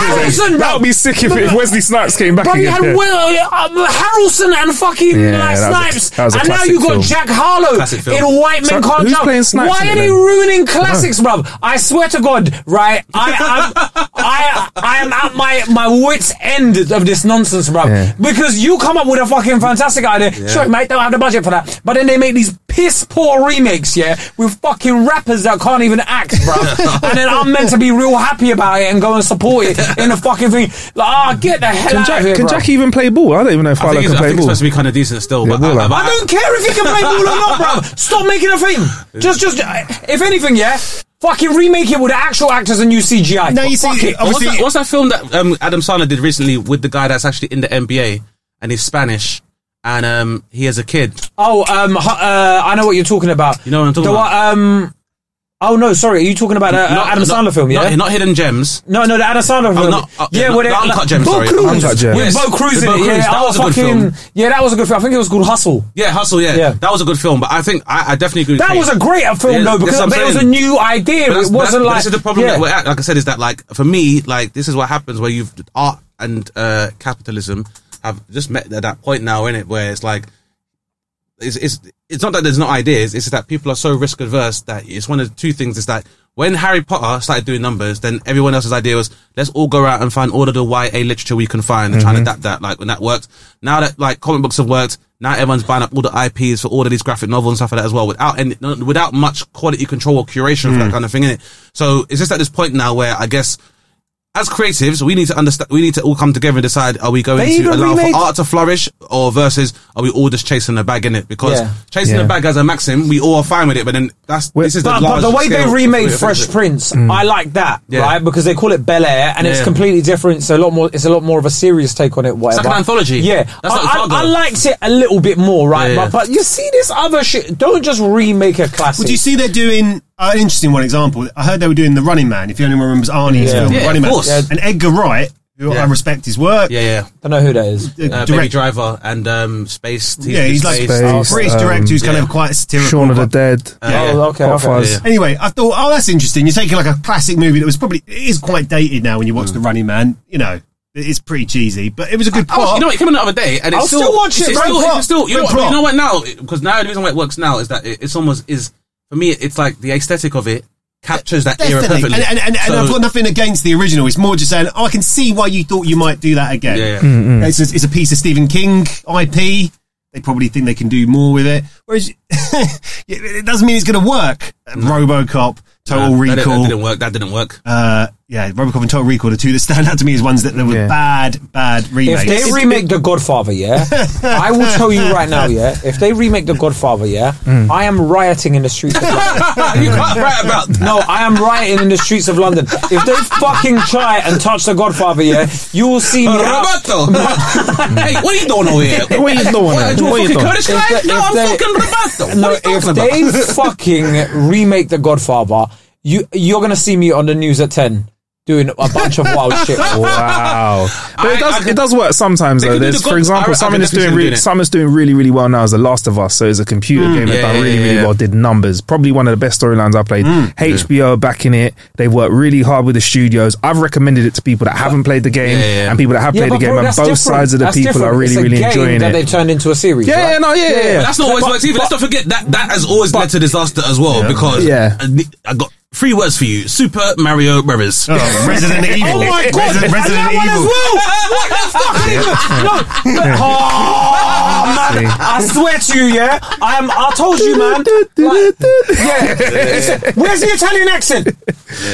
D: Harrison,
C: that
D: bro.
C: would be sick if, if Wesley Snipes came back
D: Bro, you
C: again.
D: had
C: yeah.
D: Will, um, Harrelson and fucking
C: Yeah,
D: like,
C: that was a-
D: Snipes,
C: that was a
D: and now
C: classic
D: you got
C: film.
D: Jack Harlow
B: Classic film.
D: in White Men
C: So,
D: Can't
C: who's
D: Jump.
C: playing Snipes
D: Why
C: in it
D: are they
C: then?
D: ruining classics, bruv? I swear to God, right? I am, I, I am at my my wits end of this nonsense, bruv.
C: Yeah.
D: Because you come up with a fucking fantastic idea. Sure, mate, don't have the budget for that. But then they make these piss poor remakes, yeah, with fucking rappers that can't even act, bruv. and then I'm meant to be real happy about it and go and support it in the fucking thing. Like, ah, get the hell
C: Can
D: out
C: Jack,
D: of here,
C: can
D: bruv.
C: Jack even play ball? I don't even know if
B: I
C: Harlow
B: think,
C: can
B: it's, I
C: play
B: think it's
C: ball.
B: supposed to be kind of decent still.
C: Yeah,
B: but I,
C: Will,
B: I,
C: I'm-
D: I don't care if you can play ball or not, bro. Stop making a thing. Just, just, uh, if anything, yeah. Fucking remake it with the actual actors and new CGI.
E: Now you
D: Fuck
E: see- uh,
D: it.
E: I was-
B: What's
E: Obviously-
B: that, what's that film that um, Adam Sandler did recently with the guy that's actually in the NBA and he's Spanish and um, he has a kid?
D: Oh, um, hu- uh, I know what you're talking about.
B: You know what I'm talking
D: The
B: about?
D: one, um, oh no, sorry. Are you talking about uh, uh, Adam Sandler film? Yeah.
B: Not, not Hidden Gems.
D: no, no, the Adam Sandler film.
B: not- uh,
D: yeah,
B: yeah,
D: where
B: not-
D: they
B: the Uncut Gems,
D: Bo
B: sorry.
D: Cruz.
C: Uncut Gems.
D: With
B: Yes,
D: Bo Cruz
B: with
D: in
B: Bo
D: it.
B: Cruz,
D: Yeah,
B: that
D: oh,
B: was a good
D: fucking,
B: film.
D: yeah, that was a good film. I think it was called Hustle.
B: Yeah, Hustle, yeah.
D: Yeah.
B: That was a good film, but I think I, I definitely agree with
D: That
B: Kate.
D: was a great film
B: Yeah,
D: though
B: that's
D: because
B: what I'm
D: it was a
B: saying.
D: new idea.
B: But that's-
D: it wasn't
B: but
D: like
B: this is the problem
D: yeah.
B: that we're at. Like I said, is that like for me, like this is what happens where you've art and uh, capitalism have just met at that point now in it where it's like it's, it's it's not that there's no ideas. It's that people are so risk averse that it's one of the two things. Is that when Harry Potter started doing numbers, then everyone else's idea was let's all go out and find all of the YA literature we can find and try
D: Mm-hmm.
B: and adapt that. Like when that worked. Now that like comic books have worked, now everyone's buying up all the IPs for all of these graphic novels and stuff like that as well, without any, no- without
D: Mm.
B: much quality control or curation of that kind of thing in it. So it's just at this point now where I guess as creatives, we need to understand. We need to all come together and decide: Are we going
D: They
B: to
D: even
B: allow
D: remade-
B: for art to flourish, or versus are we all just chasing the bag in it? Because
D: Yeah.
B: chasing
C: Yeah.
B: the bag as a maxim, we all are fine with it. But then that's
C: Well,
B: this is
D: But,
B: the,
D: but the
B: large
D: way they
B: scale-
D: remade Fresh Prince, I like that,
B: Yeah.
D: right? Because they call it Bel Air, and it's
B: Yeah.
D: completely different. It's a lot more. It's a lot more of a serious take on it. Whatever.
B: like an anthology.
D: Yeah,
B: That's like
D: I,
B: Fargo.
D: I, I liked it a little bit more, right?
B: Yeah, yeah.
D: But, but you see this other shit. Don't just remake a classic.
E: Well, do you see they're doing uh, an interesting one example? I heard they were doing The Running Man. If you anyone remembers Arnie's
D: Yeah.
E: film
B: Yeah,
E: Running
B: of
E: Man,
B: course. Yeah.
E: and Edgar Wright, who
B: Yeah.
E: I respect his work,
B: Yeah, yeah.
D: I don't know who that is.
E: uh,
B: Uh, Baby
E: direct-
B: Driver and um, Space. Teeth
E: yeah, he's like
B: Space. um,
C: Space.
E: a British director who's kind
B: Yeah.
E: of quite satirical.
C: Shaun of the
E: but-
C: Dead.
B: Yeah.
D: Oh, okay.
C: Hot
D: okay.
C: Fuzz.
B: Yeah.
E: Anyway, I thought, oh, that's interesting. You're taking like a classic movie that was probably it is quite dated now when you watch
B: Mm.
E: The Running Man. You know, it's pretty cheesy, but it was a good
B: I
E: plot.
B: was, Oh, you know, what, it came in the other day, and it's
D: I'll still watch it,
B: It's, it's
D: great
B: still,
D: plot,
B: it's still, you know,
E: great
B: what, but you
E: plot.
B: know what now? Because now the reason why it works now is that it, it's almost is for me. It's like the aesthetic of it captures that era
E: Definitely, and,
B: perfectly.
E: and, and, and
B: So-
E: I've got nothing against the original. It's more just saying, oh, I can see why you thought you might do that again.
B: Yeah, yeah.
E: It's, a, it's a piece of Stephen King IP. They probably think they can do more with it. Whereas it doesn't mean it's going to work. RoboCop, Total
B: Nah, that didn't-
E: Recall.
B: That didn't work. That didn't work.
E: uh, yeah, RoboCop and Total Recall, the two that stand out to me as ones that, that were
C: Yeah.
E: bad, bad remakes.
D: If they remake The Godfather, yeah, I will tell you right now, yeah. If they remake The Godfather, yeah,
B: Mm.
D: I am rioting in the streets. Of London.
B: you can't write about.
D: No, I am rioting in the streets of London. If they fucking try and touch The Godfather, yeah, you will see me. out-
B: Roberto! hey, what are you doing over here?
C: What you doing?
B: What, you a
C: What you
B: fucking
C: doing?
B: Kurdish guy?
D: If they-
B: no,
D: if
B: I'm
D: they-
B: fucking Roberto.
D: No,
B: what are you
D: if
B: talking
D: they
B: about?
D: fucking remake The Godfather, you you're gonna see me on the news at ten doing a bunch of wild shit.
C: Wow, but
B: I-
C: it
B: I
C: does
B: could-
C: it does work sometimes
B: They
C: though.
B: could do the
C: There's, for
B: good- I-
C: example,
B: I
C: something
B: could
C: that's doing
B: definitely
C: really,
B: do that.
C: something that's doing really really well now is The Last of Us. So it's a computer game that's
B: Hmm. Yeah,
C: done
B: yeah,
C: really
B: yeah,
C: really
B: yeah. Hmm.
C: well. Did numbers probably one of the best storylines I played. HBO backing it. They worked really hard with the studios. I've recommended it to people that haven't played the game
B: Yeah, yeah, yeah.
C: and people that have
D: Yeah,
C: played
D: but
C: the game,
D: bro,
C: and both
D: that's different.
C: sides of the
D: That's
C: people
D: different.
C: are really
D: It's a
C: really
D: game
C: enjoying
D: that
C: it.
D: they've turned into a series.
C: Yeah,
D: right?
C: yeah, no, yeah, yeah, yeah.
B: But that's not always works either. Let's not forget that that has always led to disaster as well because
C: Yeah.
B: I ne- I got three words for you: Super Mario Brothers.
E: Oh, Resident Evil.
D: Oh my god!
E: Resident, Resident
D: and that one
E: Evil.
D: as well. What the fuck? I didn't even- No. Oh man! I swear to you, yeah. I am. I told you, man. Like, yeah. It's- Where's the Italian accent?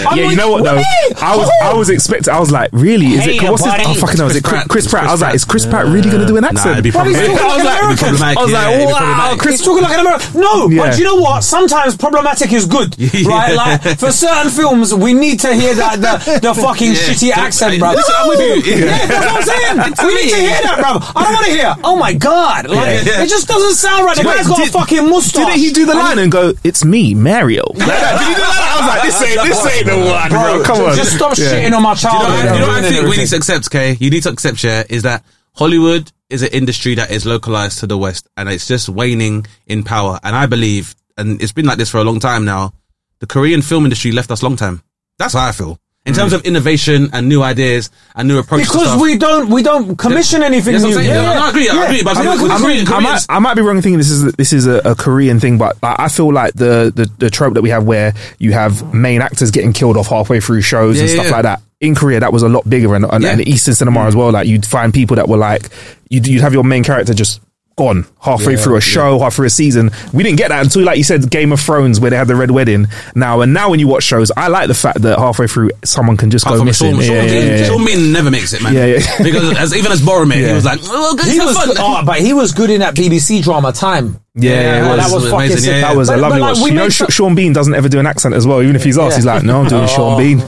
D: I'm
C: Yeah, you
D: like, Oh,
C: know what though?
D: "Wait,
C: I was I was expecting. I was like, really? Is
D: Hey,
C: it? What's his,
D: buddy.
C: oh fucking hell! Is it Chris,
B: Chris
C: Chris Pratt? I was
B: Pratt.
C: like, is Chris Pratt really going to do an accent?
B: it'd be
D: But he's
B: problematic.
D: talking like
B: I was like, it'd
D: an
B: be problematic,
D: American. I was
B: yeah, it'd be
D: like, wow,
B: problematic.
D: Chris talking like an American. No,
C: Yeah.
D: but you know what? Sometimes problematic is good, right? Like for certain films, we need to hear that the, the fucking
B: Yeah.
D: shitty accent, bro.
B: Listen, I'm with you.
D: Yeah, that's what I'm saying. we need to hear that, bro. I don't want to hear. Oh my god, like
B: Yeah.
D: it just doesn't sound right. The guy's got a fucking mustache.
C: Didn't he do the line and go, "It's me, Mario"? Like that. Did he do that? I was like, "This ain't, this ain't the one, bro. Come on,
D: Just stop
C: Yeah.
D: shitting on my
B: Do you know,
D: childhood.
B: what I- do you know what I
D: and
B: think we need
D: everything.
B: to accept, Kay? You need to accept, yeah, is that Hollywood is an industry that is localized to the West and it's just waning in power. And I believe, and it's been like this for a long time now, the Korean film industry left us long time. That's how I feel. In terms of innovation and new ideas and new approaches. to
D: because
B: stuff.
D: we don't we don't commission anything
B: Yes, I'm
D: new.
B: saying, no, no, I agree, I agree, but I'm saying with
C: I
B: the
C: might,
B: Korean-
C: I, might,
B: Koreans-
C: I might be wrong in thinking this is this is a, a Korean thing, but I, I feel like the, the the trope that we have where you have main actors getting killed off halfway through shows and
B: Yeah, yeah,
C: stuff
B: yeah.
C: like that. In Korea, that was a lot bigger, and, and,
B: Yeah.
C: and Eastern cinema as well. Like you'd find people that were like you'd, you'd have your main character just gone halfway through a show, halfway through a season. We didn't get that until, like you said, Game of Thrones, where they had the red wedding. Now and now, when you watch shows, I like the fact that halfway through someone can just
B: Apart
C: go
B: from
C: missing.
B: Sean, Sean,
C: Yeah, yeah,
B: Bean-
C: yeah, yeah.
B: Sean Bean never makes it, man.
C: Yeah, yeah.
B: Because as, even as Boromir, he
C: Yeah.
B: was like, well, good,
D: He
B: have
D: was
B: fun.
D: good, oh, but he was good in that BBC drama time.
C: Yeah, yeah,
B: it
D: that
B: was
D: was, fucking
B: amazing,
D: sick.
B: yeah.
C: That was a
D: But-
C: lovely
D: but, like,
C: watch.
D: we
C: You know,
D: make
C: Sh-
D: some-
C: Sean Bean doesn't ever do an accent as well. Even if he's asked, he's like, "No, I'm doing
B: Oh.
C: Sean Bean."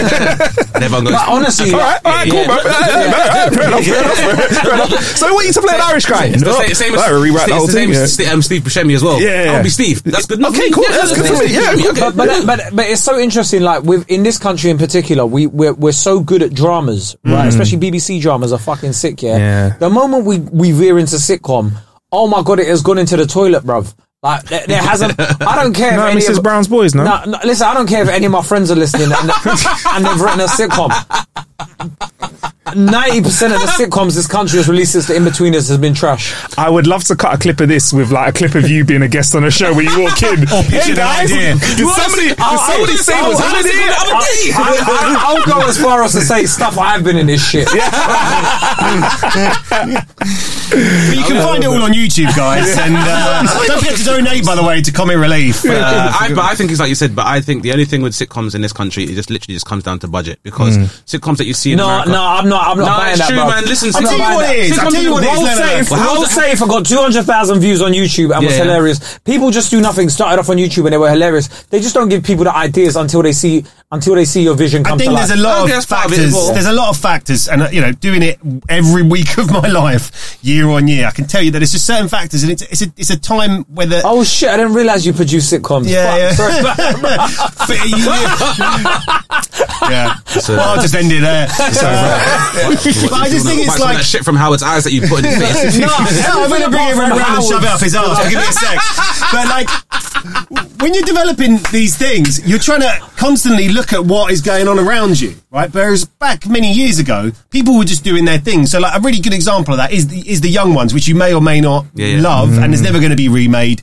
B: And everyone goes,
D: But honestly,
C: All right, all right, cool,
B: Yeah.
C: bro. Fair enough, fair enough, fair enough. So, what you to play an Irish guy?
B: It's the
C: No,
B: same, same as
C: I rewrite
B: it's
C: the whole
B: the
C: thing.
B: same
C: yeah.
B: as St- um, Steve Buscemi as well.
C: Yeah, yeah,
B: I'll be
C: yeah.
B: Steve. That's good. enough
C: Okay, cool. That's good for me. Yeah, cool.
B: Okay.
D: but but, but but it's so interesting. Like with in this country in particular, we we're, we're so good at dramas, right? Especially BBC dramas are fucking sick. Yeah?
C: Mm. Yeah.
D: The moment we we veer into sitcom, oh my god, it has gone into the toilet, bruv. Like there, there hasn't. I don't care.
C: No,
D: if any
C: Mrs.
D: Of,
C: Brown's Boys, no?
D: no, no. Listen, I don't care if any of my friends are listening and, and they've written a sitcom. Ninety percent of the sitcoms this country has released since the In Betweeners has been trash.
C: I would love to cut a clip of this with like a clip of you being a guest on a show where you walk in.
E: Or pitch an idea.
C: Did somebody, did somebody say
D: I
C: what's
D: was
C: happening
D: listening
C: here?
D: the other day. I, will go as far as to say stuff I've been in this shit.
E: But you can find it all on YouTube, guys. And uh, don't forget to donate, by the way, to Comic Relief. Uh,
B: I, but I think it's like you said. But I think the only thing with sitcoms in this country, it just literally just comes down to budget because
C: Hmm.
B: sitcoms that you see in
D: No,
B: America,
D: no, I'm not. I'm
B: No,
D: not buying
B: it's
D: that,
B: true,
D: bro.
B: man. Listen,
D: I'm
B: I'll
D: not
B: tell you
D: buying
B: what
D: that.
B: it is. I'll
D: Sitcoms
B: tell you what it is.
D: Roll
B: No, no, no.
D: Safe.
B: Well,
D: Roll
B: how's that-
D: Safe. I got 200,000 views on YouTube and was
B: Yeah, yeah.
D: hilarious. People just do nothing. Started off on YouTube and they were hilarious. They just don't give people the ideas until they see until they see your vision come
E: I think
D: to
E: there's a
D: life. Oh,
B: I
E: lot
B: think
E: of
B: that's part of it as
E: factors.
B: well.
E: There's a lot of factors, and uh, you know, doing it every week of my life, year on year, I can tell you that it's just certain factors, and it's it's a, it's a time whether
D: Oh shit! I didn't realize you produce sitcoms.
E: Yeah,
D: Fuck,
E: yeah.
D: sorry about that, bro.
E: But you yeah. well, I'll just end it there. but I just think it's
B: Some of
E: like.
B: that shit from Howard's eyes that you put in his face.
E: no, no, I'm gonna bring it right around and shove it up his ass. But give me a sec. But like, when you're developing these things, you're trying to constantly look at what is going on around you, right? Whereas back many years ago, people were just doing their thing. So like, a really good example of that is the, is the young ones, which you may or may not
B: Yeah, yeah.
E: love, and is never going to be remade.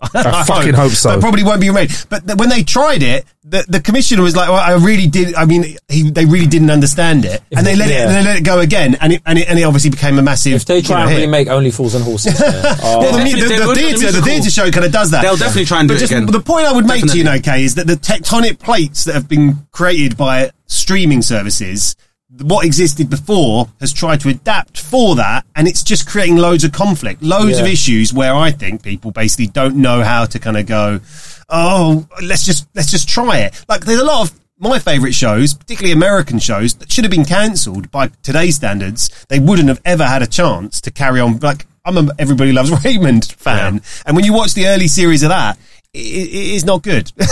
C: I fucking hope so.
E: But probably won't be remade. But th- when they tried it, the, the commissioner was like, "Well, I really did. I mean, he, they really didn't understand it, and they let it,
D: Yeah.
E: they let it go again, and it, and it, and it obviously became a massive.
D: If they try
E: you know,
D: and
E: hit.
D: remake Only Fools and Horses, yeah. Oh.
E: Well, the,
B: Definitely,
E: the-
B: they
E: the
B: would, the
E: theatre, the
B: musical.
E: theatre show kind of does that.
B: They'll definitely try and
E: but
B: do it
E: just,
B: again.
E: The point I would make to you,
B: Definitely.
E: okay, is that the tectonic plates that have been created by streaming services, what existed before has tried to adapt for that, and it's just creating loads of conflict, loads
D: Yeah.
E: of issues where I think people basically don't know how to kind of go, oh, let's just let's just try it. Like there's a lot of my favourite shows, particularly American shows, that should have been cancelled by today's standards. They wouldn't have ever had a chance to carry on. Like I'm a Everybody Loves Raymond fan, and when you watch the early series of that, it, it is not good, but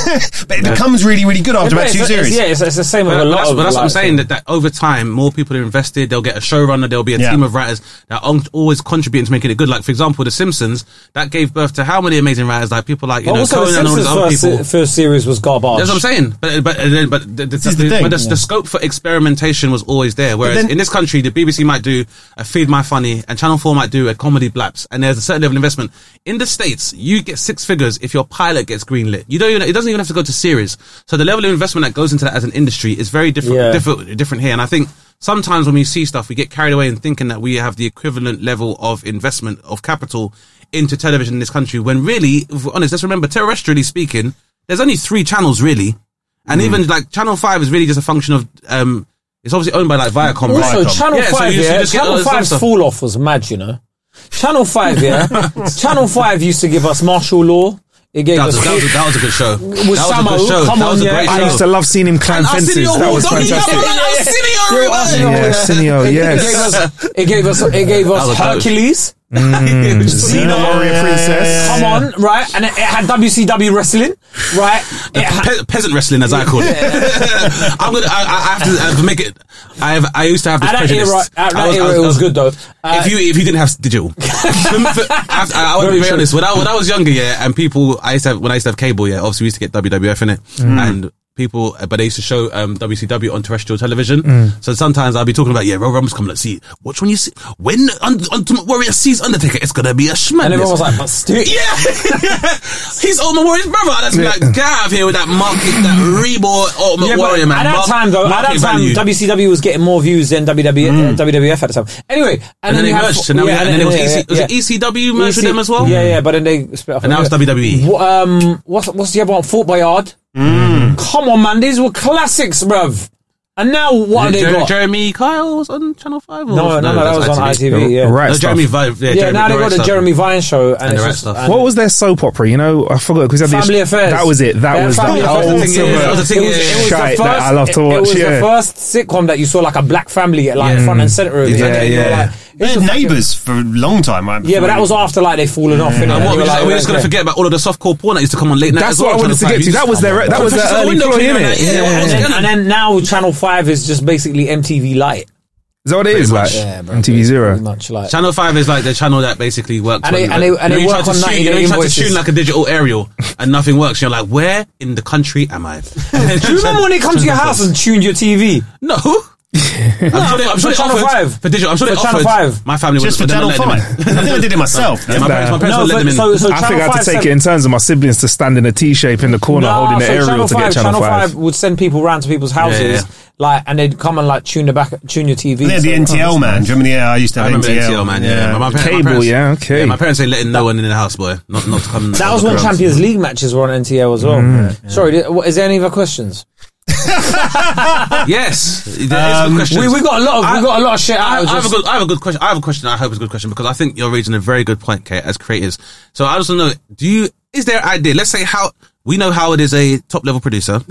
E: it becomes really really good after about
D: It's-
E: two
D: it's-
E: series.
D: Yeah, it's, it's the same with a
B: But
D: lot
B: that's,
D: of.
B: but that's what I'm
D: like,
B: saying. That, that over time, more people are invested. They'll get a showrunner. There'll be a
E: Yeah.
B: team of writers that are always contributing to making it good. Like for example, The Simpsons that gave birth to how many amazing writers? Like people like you
D: But
B: know
D: also, the
B: Conan and all these
D: Simpsons uh,
B: other
D: first,
B: people.
D: first series was garbage.
B: That's what I'm saying. But but and then- but the, the,
E: is the
B: the-
E: thing.
B: but the, the scope for experimentation was always there. Whereas
E: then-
B: in this country, the BBC might do a Feed My Funny, and Channel Four might do a Comedy Blaps, and there's a certain level of investment. In the states, you get six figures if your pilot gets greenlit. You don't even it doesn't even have to go to series. So the level of investment that goes into that as an industry is very different
D: Yeah.
B: different different here. And I think. Sometimes when we see stuff, we get carried away in thinking that we have the equivalent level of investment of capital into television in this country. When really, if we're honest, let's remember, terrestrially speaking, there's only three channels really. And even like Channel Five is really just a function of um, it's obviously owned by like Viacom.
D: Also,
B: Viacom.
D: Channel
B: Yeah, so
D: 5,
B: you- you
D: yeah,
B: just get all
D: Channel
B: this other
D: 5's
B: stuff.
D: fall off was mad, you know. Channel 5, yeah. Channel 5 used to give us martial law. It gave
B: That
D: us.
B: was, that, was a, that was a good show. That was a
D: Samo,
B: good show.
D: come
B: that was
D: on,
B: a great
D: yeah.
C: I
B: show.
C: used to love seeing him climb
B: And Arsenio
C: fences. That
B: Hall,
C: was
B: don't you
C: fantastic.
B: remember that? Arsenio,
D: Yo, Arsenio,
B: remember?
C: Yeah, Arsenio,
D: It-
C: yes.
D: It gave us, it gave us, it gave
B: That
D: us
B: was Mm. dope.
D: Hercules.
C: Xena Warrior Princess.
D: Come on, right? And it, it had WCW wrestling, right? It had,
B: Pe- peasant wrestling, as I call it. I'm gonna. I, I have to I have to make it. I have. I used to have this
D: at that
B: prejudice.
D: era, at
B: I
D: that era, it was good though. Uh,
B: if you if you didn't have digital, For- for- I, I, I want to be
D: Very
B: very
D: true.
B: honest. When I when I was younger, yeah, and people I used to have when I used to have cable, yeah, obviously we used to get WWF in it, and people, but they used to show um, WCW on terrestrial television. So sometimes I'd be talking about yeah, Royal Rumble's coming. Let's see, watch when you see when Un- Ultimate Warrior sees Undertaker, it's gonna be a schmadness.
D: and everyone was like, but still,
B: Yeah, he's Ultimate Warrior's brother. That's like get out of here with that market, that reborn Ultimate
D: Yeah, but
B: Warrior man.
D: At that
B: Mar-
D: time, though, at
B: market
D: that time,
B: value. Mm.
D: WCW was getting more views than WWE, uh, WWF at the time. Anyway, and,
B: and then
D: you
B: they
D: had-
B: merged, and now we
D: yeah,
B: had- and then it was
D: yeah,
B: EC was it E
D: yeah.
B: ECW merged with
D: EC
B: them as well.
D: Yeah, yeah, but then they split off.
B: And now it's E. WWE.
D: What, um, what's what's the other one? Fort Boyard.
B: Mm.
D: Come on, man, these were classics, bruv. And now what have they
B: Jer-
D: got?
B: Jeremy Kyle's on Channel Five. Or
D: no, no, no, that was
B: that's
D: on ITV.
C: The
D: Yeah,
C: Right
B: No,
C: stuff.
B: Jeremy Vive. Yeah,
D: yeah.
B: Jeremy,
D: now they
B: right
D: got the
B: stuff.
D: Jeremy Vine show and,
B: And the
D: it's
B: right
D: just,
B: stuff.
D: and-
C: What was their soap opera? You know, I forgot because
D: Family Affairs.
C: That was it. That
D: Yeah,
C: was
D: Family
C: the
D: Affairs.
B: That
C: whole
B: was the thing, yeah. That was the thing,
D: It was,
B: yeah.
D: it was the
C: Shite
D: first,
C: that I love to
D: it- It
C: watch,
D: was
C: yeah.
D: the first sitcom that you saw like a black family at like front and center of it.
B: Yeah,
D: And you were
B: yeah.
D: like,
E: They
D: it's
E: had
D: a fucking-
E: neighbours for a long time, right?
D: Yeah, but
E: before
D: that was after like they fallen off. innit?
B: And what,
D: They
B: we're,
D: were
B: just,
D: like,
B: we're just
D: okay.
B: going to forget about all of the softcore porn that used to come on late night.
C: That's
B: as well,
C: what I
B: Channel
C: wanted to
B: Five. You
C: get to.
B: just-
C: That was their that was their
B: Professional
C: early
B: window
C: ploy,
B: cleaner,
C: innit?
B: like, yeah, yeah,
D: And
B: yeah.
D: then, and then now Channel Five is just basically MTV Lite.
C: Is that what it is like? MTV Zero.
D: Pretty much like.
B: Channel Five is like the channel that basically works.
D: And
B: on
D: they-
B: you.
D: and they-
B: Like,
D: and
B: you
D: they
B: know, you
D: work
B: try
D: on
B: to tune- you know, you try to
D: invoices.
B: tune like a digital aerial, and nothing works. You're like, where in the country am I?
D: Do you remember when they come to your house and tuned your TV?
B: No. I'm sure they, I'm
D: for-
B: sure
D: for
B: they
D: Channel
B: offered,
D: five.
B: For digital, I'm sure
D: For
B: they
D: Channel
B: offered.
D: five.
B: My family
E: Just for
B: would,
E: Channel
B: would
E: Five. I think I did it myself.
B: Yeah, my parents, my parents
D: No,
B: would let
D: but-
B: them in.
D: so, so
C: I
D: Channel
C: think I had
D: 5
C: to take
D: sent-
C: it in turns of my siblings to stand in a T shape in the corner holding the
D: so
C: aerial to get Channel,
D: Channel
C: 5.
D: would send people round to people's houses,
B: yeah.
D: like, and they'd come and like tune the back, tune your TV.
E: They had the
D: So-
E: NTL man. Do you remember? Yeah, I used to
B: I
E: have
B: remember NTL, man. Yeah, My- my parents- my
C: Cable,
B: parents-
C: yeah, okay.
B: my parents ain't letting no one in the house, boy. Not not to come.
D: That was when
B: around.
D: Champions League matches were on NTL as well.
C: Mm-hmm.
D: Sorry, did, what, is there any other questions?
B: Yes, there is good questions.
D: Um, We, we got a lot of we got a lot of shit
B: I,
D: out of
B: I have a
D: just-
B: good, I have a good question. I have a question. I hope it's a good question because I think you're raising a very good point, Kate, as creators. So I just want to know: Do you is there an idea? Let's say how we know Howard is a top level producer
C: Of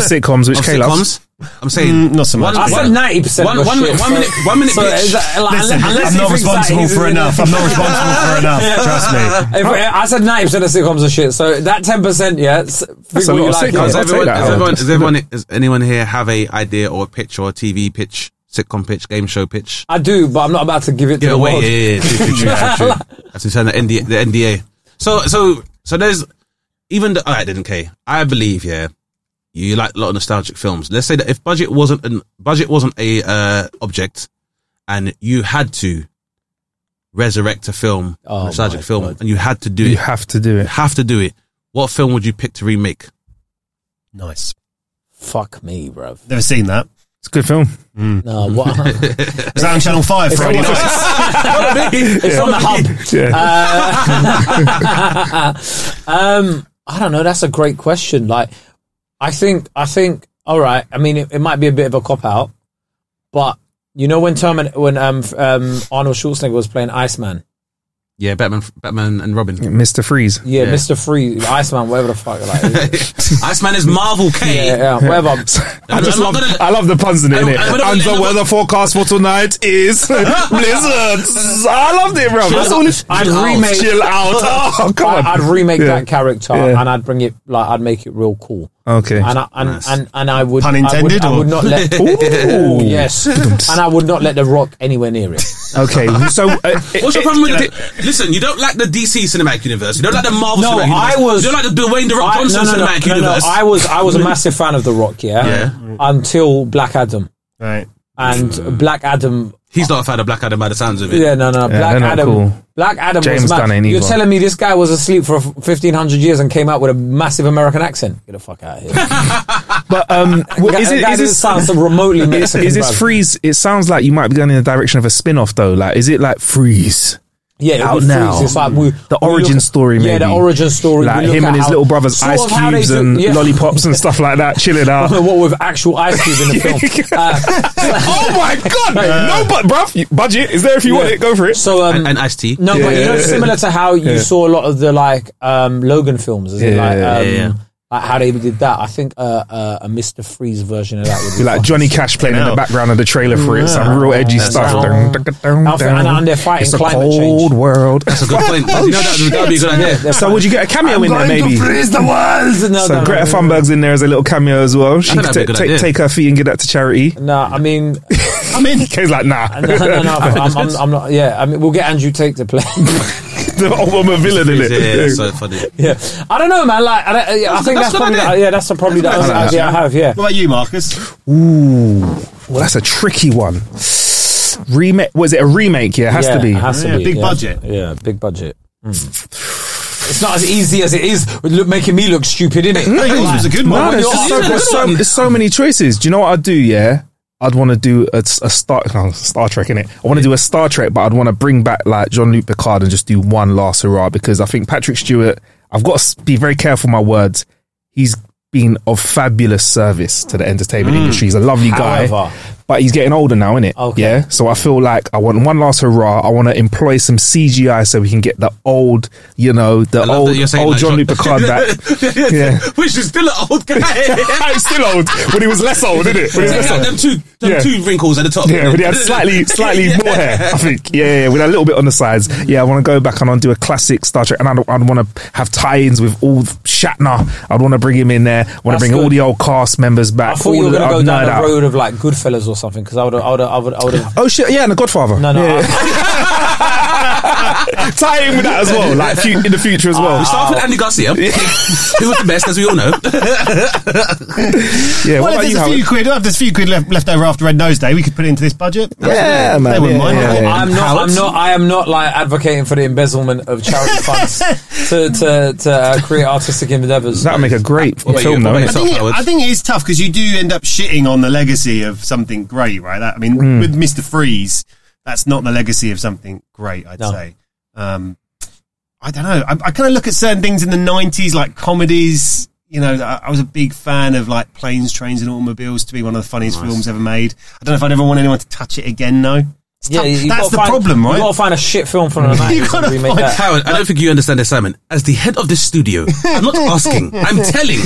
C: sitcoms, which
B: of
C: Kay loves.
B: sitcoms. I'm saying
E: Mm, not so much.
B: One,
D: I said
B: one-
D: ninety percent.
B: one- one minute, one minute, one minute.
D: So
B: pitch.
D: is that, Uh, like,
E: Listen,
D: unless- unless
E: I'm
D: he
E: not
D: thinks that
E: responsible
D: he's-
E: for enough. I'm not responsible for enough. Trust me.
D: If- I said ninety percent of sitcoms are shit. So that ten percent, yeah, s-
C: That's a
D: think what
C: lot
D: you
C: of
D: like,
C: sitcoms.
D: yeah.
B: Does
C: I'll
B: everyone,
C: take that
B: does
C: one.
B: everyone, does everyone, does anyone here have a idea or a pitch or a TV pitch, sitcom pitch, game show pitch?
D: I do, but I'm not about to give it to
B: Give it
D: the
B: away,
D: world.
B: yeah, yeah, yeah. True, true, true, true, true. That's inside the NDA. The NDA. So, so, so there's even the. All right, then, okay. I believe, yeah. You like a lot of nostalgic films. Let's say that if budget wasn't an budget wasn't a uh, object, and you had to resurrect a film,
D: Oh,
B: a nostalgic
D: my
B: film,
D: God.
B: and you had to do
C: You
B: it,
C: have to do
B: you
C: it.
B: have to do it. What film would you pick to remake?
E: Nice.
D: Fuck me, bruv.
E: Never seen that.
C: It's a good film.
D: No, what?
E: Was that on Channel Five Friday night?
D: it's on the hub.
C: Yeah.
D: um, I don't know. That's a great question. Like, I think, I think, all right. I mean, it, it might be a bit of a cop out, but you know when Termin- when um, f- um, Arnold Schwarzenegger was playing Iceman,
B: Yeah, Batman, Batman and Robin.
C: Mr. Freeze.
D: yeah, Mister Free, Iceman, whatever the fuck, like,
B: Iceman is Marvel. K.
D: yeah, yeah, whatever.
C: I, just
B: I'm not
C: love,
B: gonna-
C: I love the puns in it,
B: I'm-
C: innit?
B: I'm gonna-
C: And the
B: I'm-
C: weather forecast for tonight is blizzards. I loved it, bro. That's all it-
D: I'd remake-
C: Chill out. Oh, come on.
D: I, I'd remake
C: Yeah.
D: that character
C: Yeah.
D: and I'd bring it like I'd make it real cool.
C: Okay.
D: And I and,
B: Nice.
D: and, and I would
E: Pun intended,
D: I would, I would
E: or-
D: not let
C: Ooh.
D: yes, and I would not let the Rock anywhere near it.
C: Okay. So, uh,
B: What's your problem with the Listen, you don't like the DC cinematic universe. You don't like the Marvel
D: No,
B: cinematic universe.
D: I was-
B: You don't like the Dwayne The Rock
D: I-
B: Johnson cinematic universe.
D: I was I was a massive fan of The Rock, yeah,
B: Yeah.
D: until Black Adam.
E: Right.
D: And Black Adam,
B: He's not a fan of Black Adam by the sounds of it.
D: yeah, no, no,
C: Yeah,
D: Black
C: they're not
D: Adam,
C: cool.
D: Black Adam
C: James
D: was mad.
C: Gunn ain't
D: You're
C: either.
D: telling me this guy was asleep for fifteen hundred years and came out with a massive American accent? Get the fuck out of here!
C: but um,
D: That-
C: is it
D: that
C: is
D: doesn't
C: this
D: sound so remotely
C: is,
D: Mexican?
C: is this
D: bruv.
C: freeze? It sounds like you might be going in the direction of a spin-off, though. Like, is it like freeze?
D: yeah, it
C: out
D: would freeze.
C: now.
D: It's like we,
C: The
D: we
C: origin
D: look-
C: story,
D: Yeah, the
C: maybe.
D: origin story.
C: Like
D: we look
C: him
D: at
C: and his
D: how-
C: little brothers,
D: sort
C: ice
D: of how they
C: cubes
D: do-
C: and
D: yeah.
C: lollipops and stuff like that, chilling
D: I
C: out.
D: don't know what with actual ice cubes in the film. Uh,
C: oh my god! no, but bruv, you- budget is there if you want
D: Yeah.
C: it. Go for it.
D: so um,
B: And, and Ice T.
D: No, but you know,
C: Yeah.
D: similar to how you
C: Yeah.
D: saw a lot of the like um, Logan films, is it?
C: Yeah,
D: Like, um,
C: yeah,
B: yeah.
D: like how they did that. I think uh, uh, a Mister Freeze version of that would
C: Be
D: be
C: like
D: fucking
C: Johnny
D: sick.
C: Cash playing in
E: Yeah.
C: the background of the trailer for it. Some real edgy stuff. Dun,
D: right.
C: dun, dun, dun,
D: And- and-
C: dun.
D: and they're fighting
C: it's a
D: climate
C: cold
D: change.
C: world.
B: That's a good point.
D: Oh,
B: you know, that, that would be a good idea.
C: so would you get a cameo in there maybe?
D: freeze the world. No,
C: so
D: no, no,
C: Greta
D: no,
C: Thunberg's in there as a little cameo as well. She
B: think
C: could
B: that'd be a
C: ta-
B: good
C: take
B: idea.
C: take her feet and give that to charity.
D: No, I mean,
C: I mean, Kay's like, nah.
D: no, no, no. I'm, I'm, I'm not. Yeah, I mean, we'll get Andrew Tate to play.
C: the old woman villain in
B: Yeah,
C: it.
B: yeah, yeah, so funny.
D: yeah, I don't know, man. Like, I, don't, yeah, I
B: That's-
D: think
B: that's
D: that's,
B: a good
D: probably.
B: idea.
D: yeah, that's probably the
B: That's a
D: only
B: good idea.
D: idea I have. Yeah.
E: What about you, Marcus?
C: Ooh, well, that's a tricky one. Remake was it a remake? Yeah, it has
D: yeah,
C: to be.
D: It has to
E: Yeah,
D: be.
E: big
D: yeah.
E: budget.
D: Yeah, big budget. Mm. It's not as easy as it is with look, making me look stupid, innit?
E: No, yours was a good one.
C: No,
E: When
C: there's,
E: you're-
C: just so,
B: Isn't it a
C: there's,
B: good
C: so,
B: one?
C: there's so many choices. Do you know what I'd do? Yeah, I'd want to do a, a Star no, Star Trek in it. I want to do a Star Trek, but I'd want to bring back like Jean Luc Picard and just do one last hurrah because I think Patrick Stewart. I've got to be very careful with my words. He's been of fabulous service to the entertainment industry. He's a lovely guy,
D: However-
C: but he's getting older now, innit?
D: Okay.
C: Yeah. So I feel like I want one last hurrah. I want to employ some CGI so we can get the old, you know, the
B: love
C: old
B: that you're saying
C: old
B: like
C: John
B: Jean-
C: Luc Picard that. yeah.
B: Which is still an old guy.
C: He's still old when he was less old, isn't it? When he was
B: Take
C: less
B: out
C: old.
B: them two, them
C: Yeah.
B: two wrinkles at the top.
C: Yeah, but he had slightly, slightly more hair. I think. Yeah, yeah, yeah, with a little bit on the sides. Yeah, I want to go back and I'll do a classic Star Trek, and I'd, I'd want to have tie-ins with all Shatner. I'd want to bring him in there. I want
D: That's
C: to bring all
D: good.
C: the old cast members back.
D: I thought
C: all
D: you were
C: the-
D: going to go
C: I'd
D: down
C: nerd
D: the
C: out.
D: road of like Goodfellas or something because I would, I would, I would, I would.
C: Oh shit! Yeah, and the Godfather.
D: No, no.
C: Yeah.
D: I-
C: Tie in with that as well, like fu- in the future as
D: Ah.
C: well.
B: We start with Andy Garcia, who was the best, as we all know.
C: yeah, what
E: well,
C: about
E: if
C: you,
E: there's a
C: Howard?
E: few quid, if there's a few quid left, left over after Red Nose Day, we could put it into this budget.
C: Yeah, man.
E: They wouldn't
C: yeah,
E: mind.
C: yeah, yeah.
D: I'm not. I'm not. I am not like advocating for the embezzlement of charity funds to to, to uh, create artistic endeavors.
C: That'd make a great
B: What about
C: film,
B: you?
C: though.
B: What
E: I
B: about
C: innit?
E: think, it,
B: Howard.
E: I think it is tough because you do end up shitting on the legacy of something great, right? That, I mean,
D: Hmm.
E: with Mister Freeze, that's not the legacy of something great. I'd
D: No.
E: say. Um, I don't know. I, I kind of look at certain things in the '90s, like comedies. You know, I, I was a big fan of like Planes, Trains, and Automobiles to be one of the funniest films ever made. I don't know if I'd ever want anyone to touch it again. though. It's tough.
D: you- you
E: that's
D: gotta
E: the
D: find-
E: problem,
D: You
E: right?
D: gotta find a shit film from the
E: You
D: nineties
E: gotta
D: and remake
E: find-
D: that.
B: Howard, I don't think you understand this, Simon. As the head of this studio, I'm not asking. I'm telling.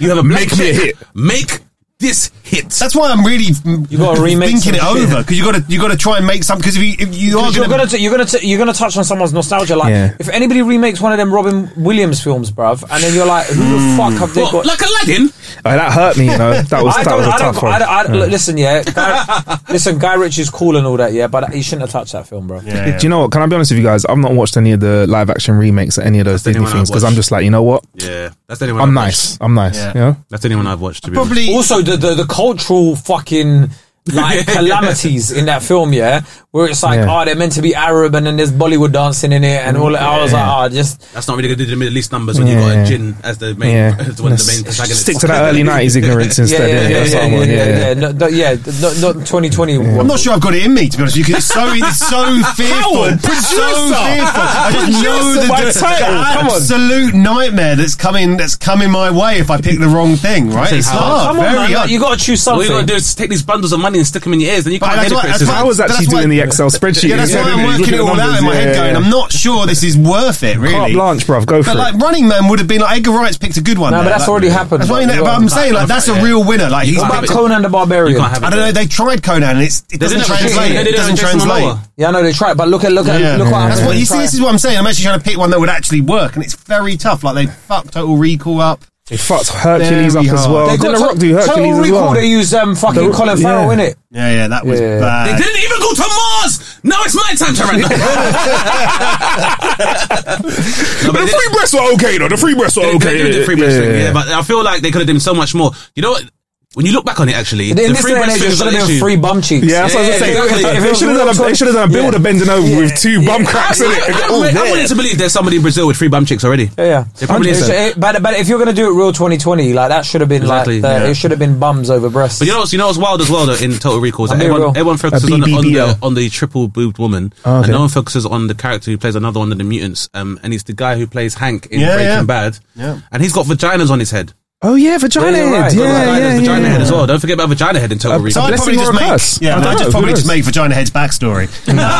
B: you have a make me a hit. Make this hit.
E: That's why I'm really you
D: gotta remake
E: thinking it
D: some shit.
E: over because you got to you got to try and make some because if you if you are
D: You're
E: going
D: gonna
E: to
D: t- you're gonna t- you're gonna touch on someone's nostalgia. Like
C: Yeah.
D: if anybody remakes one of them Robin Williams films, bruv, and then you're like, who the fuck have they
B: What,
D: got?
B: like Aladdin.
C: Oh, that hurt me, you know. That was,
D: I
C: that
D: don't,
C: was a
D: I don't,
C: tough one.
D: I don't, I don't- look, listen, yeah, Guy, listen, Guy Ritchie's cool and all that, yeah, but he shouldn't have touched that film, bro.
E: Yeah,
C: Do you know what? Can I be honest with you guys? I've not watched any of the live action remakes of any of those
B: the only
C: Disney
B: one I've
C: things because I'm
B: watched.
C: just like, you know what?
B: Yeah, that's the only one.
C: I'm
B: I've
C: nice.
B: watched.
C: I'm nice.
E: Yeah.
C: You know?
B: That's the only one I've watched. To be honest.
E: probably
D: Also, the, the the cultural fucking like calamities in that film, yeah, where it's like,
C: Yeah.
D: oh, they're meant to be Arab, and then there's Bollywood dancing in it, and all. that. I was like, oh, just
B: That's not really going to do the Middle East numbers when
C: Yeah,
B: you got
C: yeah.
B: a gin as the main,
C: Yeah.
B: as one of the main
C: Let's
B: protagonists.
C: Stick to that early 90s ignorance instead. Yeah, That's what I want. Yeah, yeah.
D: yeah, no, no, yeah, not, not 2020.
E: I'm not sure I've got it in me to be honest. Because it's so it's so fearful,
C: Howard,
E: so fearful.
C: producer!
E: I just know
C: Producer
E: the,
C: by
E: the-
C: title,
E: the
C: come on.
E: absolute nightmare that's coming that's coming my way if I pick the wrong thing. Right? It's
B: Howard.
E: hard,
D: Come on,
E: very
D: man, like,
E: hard.
D: you gotta choose
B: All you
D: something.
B: got to do is take these bundles of money and stick them in your ears, then you
E: But
B: can't
E: that's
B: hear the
E: why- that's
B: criticism.
E: why-
C: I was
E: That's
C: actually
E: why-
C: doing the Excel spreadsheet.
E: yeah, that's
C: you
E: why
C: know,
E: I'm
C: you look
E: working
C: at
E: it
C: the
E: all out
C: numbers,
E: in my
C: yeah,
E: head,
C: yeah,
E: going,
C: yeah.
E: I'm not sure this is worth it, really.
C: Carte blanche, bruv, go for
E: But
C: it.
E: like Running Man would have been like Edgar Wright's picked a good one.
D: No,
E: there.
D: but that's
E: Like,
D: already happened,
E: That's what I mean,
D: bro.
E: but I'm saying like
B: You're
E: that's
B: right,
E: a
B: yeah.
E: real winner. Like he's
D: What about
B: Have it.
D: Conan the Barbarian?
B: You can't have it.
E: I don't know. They tried Conan. and It's, it
B: They
E: doesn't
B: didn't have a
E: translate.
B: shit. They
E: It
B: didn't
E: doesn't
B: have Jason
E: translate.
B: Momoa.
D: Yeah, I know they try, it, but look at look at look what
E: That's
D: happened.
E: what
D: They
E: you see.
D: try.
E: This is what I'm saying. I'm actually trying to pick one that would actually work, and it's very tough. Like they fucked Total Recall up.
C: They fucked Hercules up
E: Very
C: as
E: hard.
C: well.
D: They
C: Did
D: got
C: The
D: to-
C: Rock do Hercules
D: Total
C: as
D: Recall,
C: well?
D: They use um, fucking
C: The-
D: Colin Farrell
C: yeah.
D: in it.
E: Yeah, yeah, that was
D: Yeah.
B: They
E: bad.
B: didn't even go to Mars. Now it's my time to run. No, but
C: The
B: they-
C: free breasts were okay, though. The free breasts were
B: they-
C: okay.
B: they did the free
C: yeah,
B: breast thing,
C: yeah,
B: yeah, but I feel like they could have done so much more. You know what? When you look back on it, actually,
D: In
B: the
D: this
B: free
D: day and
B: breast
D: age,
B: thing is
D: there's
B: not
D: gonna
B: an
D: be
B: issue.
D: free bum cheeks.
C: Yeah, that's what I was
B: Yeah,
C: saying.
B: exactly. If
C: They
D: it was
C: should have done a, they
D: real-
C: should have done a
D: Yeah.
C: builder bending over with two bum cracks in it.
B: I, I,
C: Oh,
B: I,
C: there.
B: wanted to believe there's somebody in Brazil with free bum chicks already.
D: Yeah, yeah.
B: They probably
D: It's-
B: is.
D: it- but but if you're gonna do it real 2020, like that should have been
B: Exactly,
D: like the,
B: yeah.
D: it should have been bums over breasts.
B: But you know, what's, you know what's wild as well though in Total Recall is
D: I'm
B: that
D: being
B: everyone,
D: real.
B: everyone focuses
C: A
B: on the, on, the,
C: BBBL.
B: on the triple boobed woman,
C: Oh, okay.
B: and no one focuses on the character who plays another one of the mutants. Um, and he's the guy who plays Hank in
E: Yeah,
B: Breaking
E: yeah.
B: Bad.
E: Yeah.
B: and he's got vaginas on his head.
C: Oh, yeah, vagina
D: Yeah, you're
C: head.
D: right.
C: Yeah,
D: You're right.
C: yeah,
B: There's
C: yeah.
B: vagina head as well. Don't forget about vagina head in Total
C: Uh,
B: Recall.
E: So I'd
C: Blessing
E: probably
C: or
E: just
C: a
E: make,
C: curse?
E: yeah,
C: I
E: I'd
C: don't know,
E: just
C: who
E: probably just
C: knows?
E: make Vagina Head's backstory. Um, no,
D: no, no,